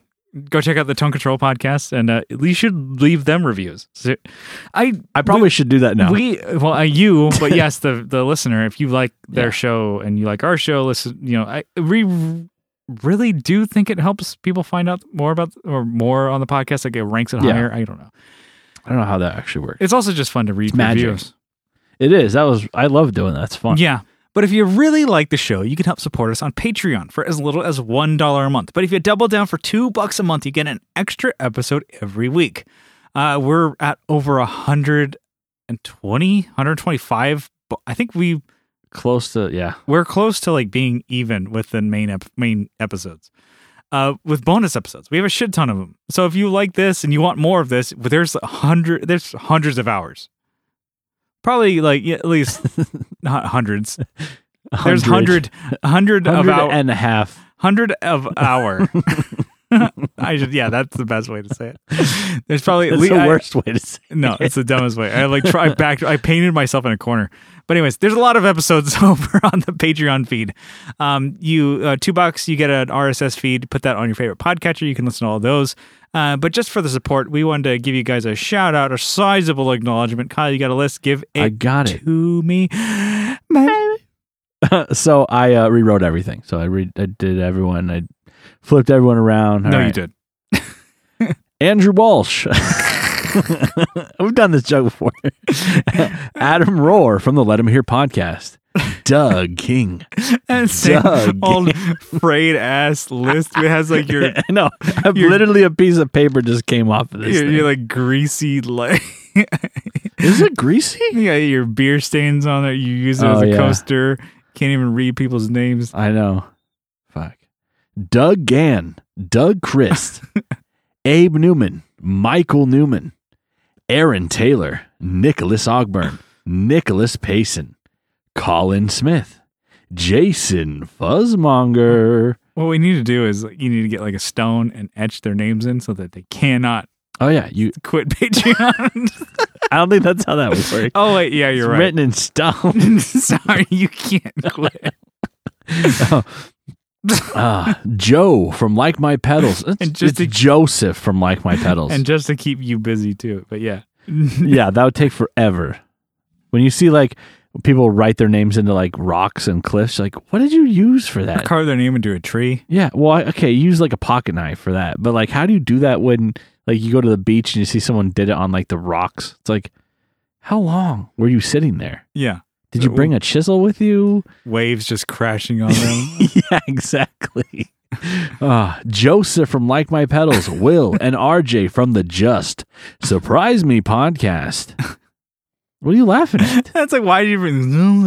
A: go check out the Tone Control podcast and uh, you should leave them reviews. So, I,
B: I probably should do that now.
A: we, well, uh, you,
B: (laughs)
A: but yes, the, the listener, if you like their
B: Yeah.
A: show and you like our show, listen, you know, I, we really do think it helps people find out more about or more on the podcast. Like it ranks it
B: Yeah.
A: higher. I don't know.
B: I don't know how that actually works.
A: It's also just fun to read
B: magic.
A: reviews.
B: It is. That was. I love doing that. It's fun.
A: Yeah. But if you really like the show, you can help support us on Patreon for as little as $1 a month. But if you double down for 2 bucks a month, you get an extra episode every week. Uh, we're at over 120, 125. bu- I think we
B: Close to. Yeah.
A: we're close to like being even with the main ep- main episodes. Uh, with bonus episodes, we have a shit ton of them. So if you like this and you want more of this, there's a hundred, there's hundreds of hours. Probably like yeah, at
B: (laughs)
A: least not hundreds, there's hundred, hundred of
B: hundred
A: hour,
B: and a half.
A: hundred
B: (laughs)
A: of hour. (laughs) I should, yeah, that's the best way to say it. There's probably
B: That's
A: le-
B: the
A: I-
B: worst way to say. (laughs)
A: no, it's the dumbest way. I like try back. I painted myself in a corner. But anyways, there's a lot of episodes (laughs) over on the Patreon feed. Um, you uh, two bucks, you get an RSS feed. Put that on your favorite podcatcher. You can listen to all those. Uh, but just for the support, we wanted to give you guys a shout out, a sizable acknowledgement. Kyle, you got a list? Give it
B: I got it.
A: to me. My-
B: so I uh, rewrote everything. So I re- I did everyone. I flipped everyone around. All
A: no, you
B: right.
A: did.
B: Andrew Walsh. (laughs) We've done this joke before. (laughs) Adam Rohr from the Let Him Hear podcast. Doug King. (laughs)
A: and same
B: Doug.
A: old frayed ass list. It has like
B: (laughs)
A: your
B: I know. I've
A: You're-
B: literally a piece of paper just came off of this.
A: your,
B: thing.
A: your like greasy like
B: Is it greasy?
A: you got your beer stains on it. You use it
B: Oh,
A: as a
B: yeah.
A: coaster. Can't even read people's names.
B: I know. Fuck. Doug Gann,
A: (laughs)
B: Doug Christ, Abe Newman, Michael Newman, Aaron Taylor, Nicholas Ogburn, Nicholas Payson, Colin Smith, Jason Fuzzmonger.
A: What we need to do is like, you need to get like a stone and etch their names in so that they cannot
B: Oh yeah, you.
A: quit (laughs)
B: (laughs)
A: Patreon.
B: I don't think that's how that would work.
A: (laughs) oh wait, yeah,
B: it's
A: you're right.
B: written
A: (laughs)
B: in stone.
A: Sorry, you
B: (laughs)
A: can't quit.
B: Ah, Joe from Like My Pedals. It's,
A: And just
B: it's Joseph from Like My Pedals. (laughs)
A: and just to keep you busy too. But yeah, (laughs)
B: yeah, that would take forever. When you see like people write their names into like rocks and cliffs, like what did you use for that?
A: carve their name into a tree.
B: yeah, well, I- okay, use like a pocket knife for that. But like, how do you do that when like you go to the beach and you see someone did it on like the rocks? It's like, how long were you sitting there?
A: Yeah,
B: Did you bring a chisel with you?
A: waves just crashing on
B: (laughs)
A: them.
B: yeah, exactly. Ah, Joseph from Like My Pedals, Will and RJ from the Just Surprise Me podcast. What are you laughing at?
A: That's like why did you bring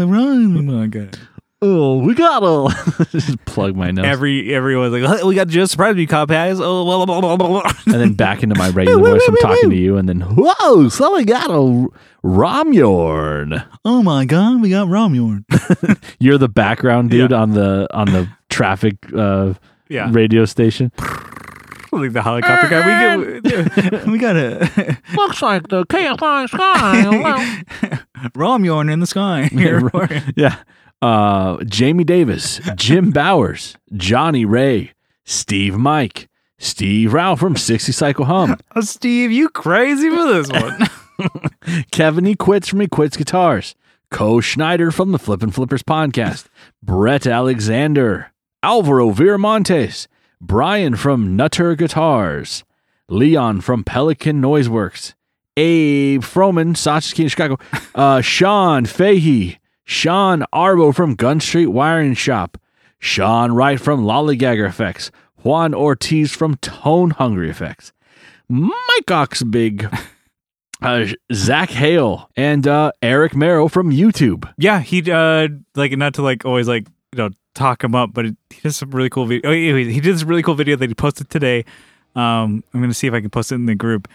A: run? Oh my god.
B: Oh, we got
A: (laughs)
B: a (laughs) just plug my nose
A: Every everyone's like, "Hey, we got just surprised you cop guys. Oh blah, blah, blah, blah, blah. (laughs)
B: and then back into my regular
A: Woo, woo,
B: voice. I'm
A: woo,
B: talking
A: woo.
B: to you, and then whoa, so we got a Romjorn.
A: Oh my god, we got Romulan.
B: You're the background dude
A: Yeah.
B: on the on the traffic uh,
A: Yeah.
B: radio station.
A: (laughs) Like the helicopter guy. We got (laughs) we got a
B: Looks like the KSI (laughs) sky.
A: Romulan in the (laughs) sky. Here.
B: (laughs) yeah, uh, Jamie Davis, Jim Bowers, Johnny Ray, Steve Mike, Steve Rao from Sixty Cycle Hum.
A: Oh, Steve, you crazy for this (laughs) one.
B: Kevin E. Quits from He Quits Guitars, Co Schneider from the Flippin' Flippers podcast, Brett Alexander, Alvaro Viramontes, Brian from Nutter Guitars, Leon from Pelican Noise Works, Abe Froman, Sausage King of Chicago, uh, Sean Fahey, Sean Arbo from Gun Street Wiring Shop, Sean Wright from Lollygagger Effects, Juan Ortiz from Tone Hungry Effects, Mike Oxbig uh, Zach Hale and uh, Eric Merrill from YouTube.
A: yeah, he uh like not to like always like you know talk him up, but it, he does some really cool video. Oh, anyway, he did this really cool video that he posted today. Um, I'm gonna see if I can post it in the group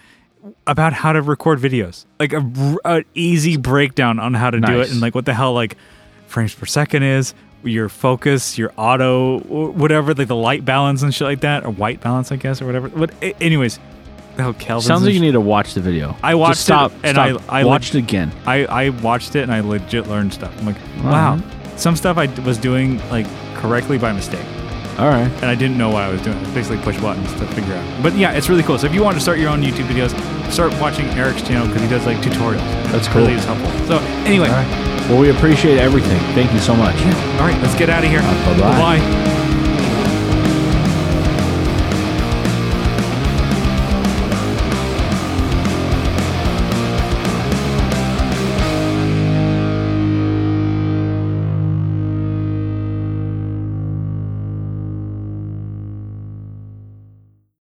A: about how to record videos, like a, r- a easy breakdown on how to do
B: Nice.
A: it and like what the hell like frames per second is, your focus, your auto, wh- whatever, like the light balance and shit like that, or white balance, I guess, or whatever. But a- anyways, the hell Kelvin
B: Sounds like you need to watch the video.
A: I watched
B: Just stop,
A: it, and
B: stop.
A: I- I
B: watched it again.
A: I, I watched it and I legit learned stuff. I'm like, wow, some stuff I d- was doing like correctly by mistake,
B: All right.
A: and I didn't know why I was doing. it. Basically, push buttons to figure out. But yeah, it's really cool. So if you want to start your own YouTube videos, start watching Eric's channel because he does like tutorials.
B: That's
A: It
B: cool.
A: Really is helpful. So anyway,
B: All right. Well, we appreciate everything. Thank you so much.
A: all right, let's get out of here.
B: Bye-bye.
A: Bye.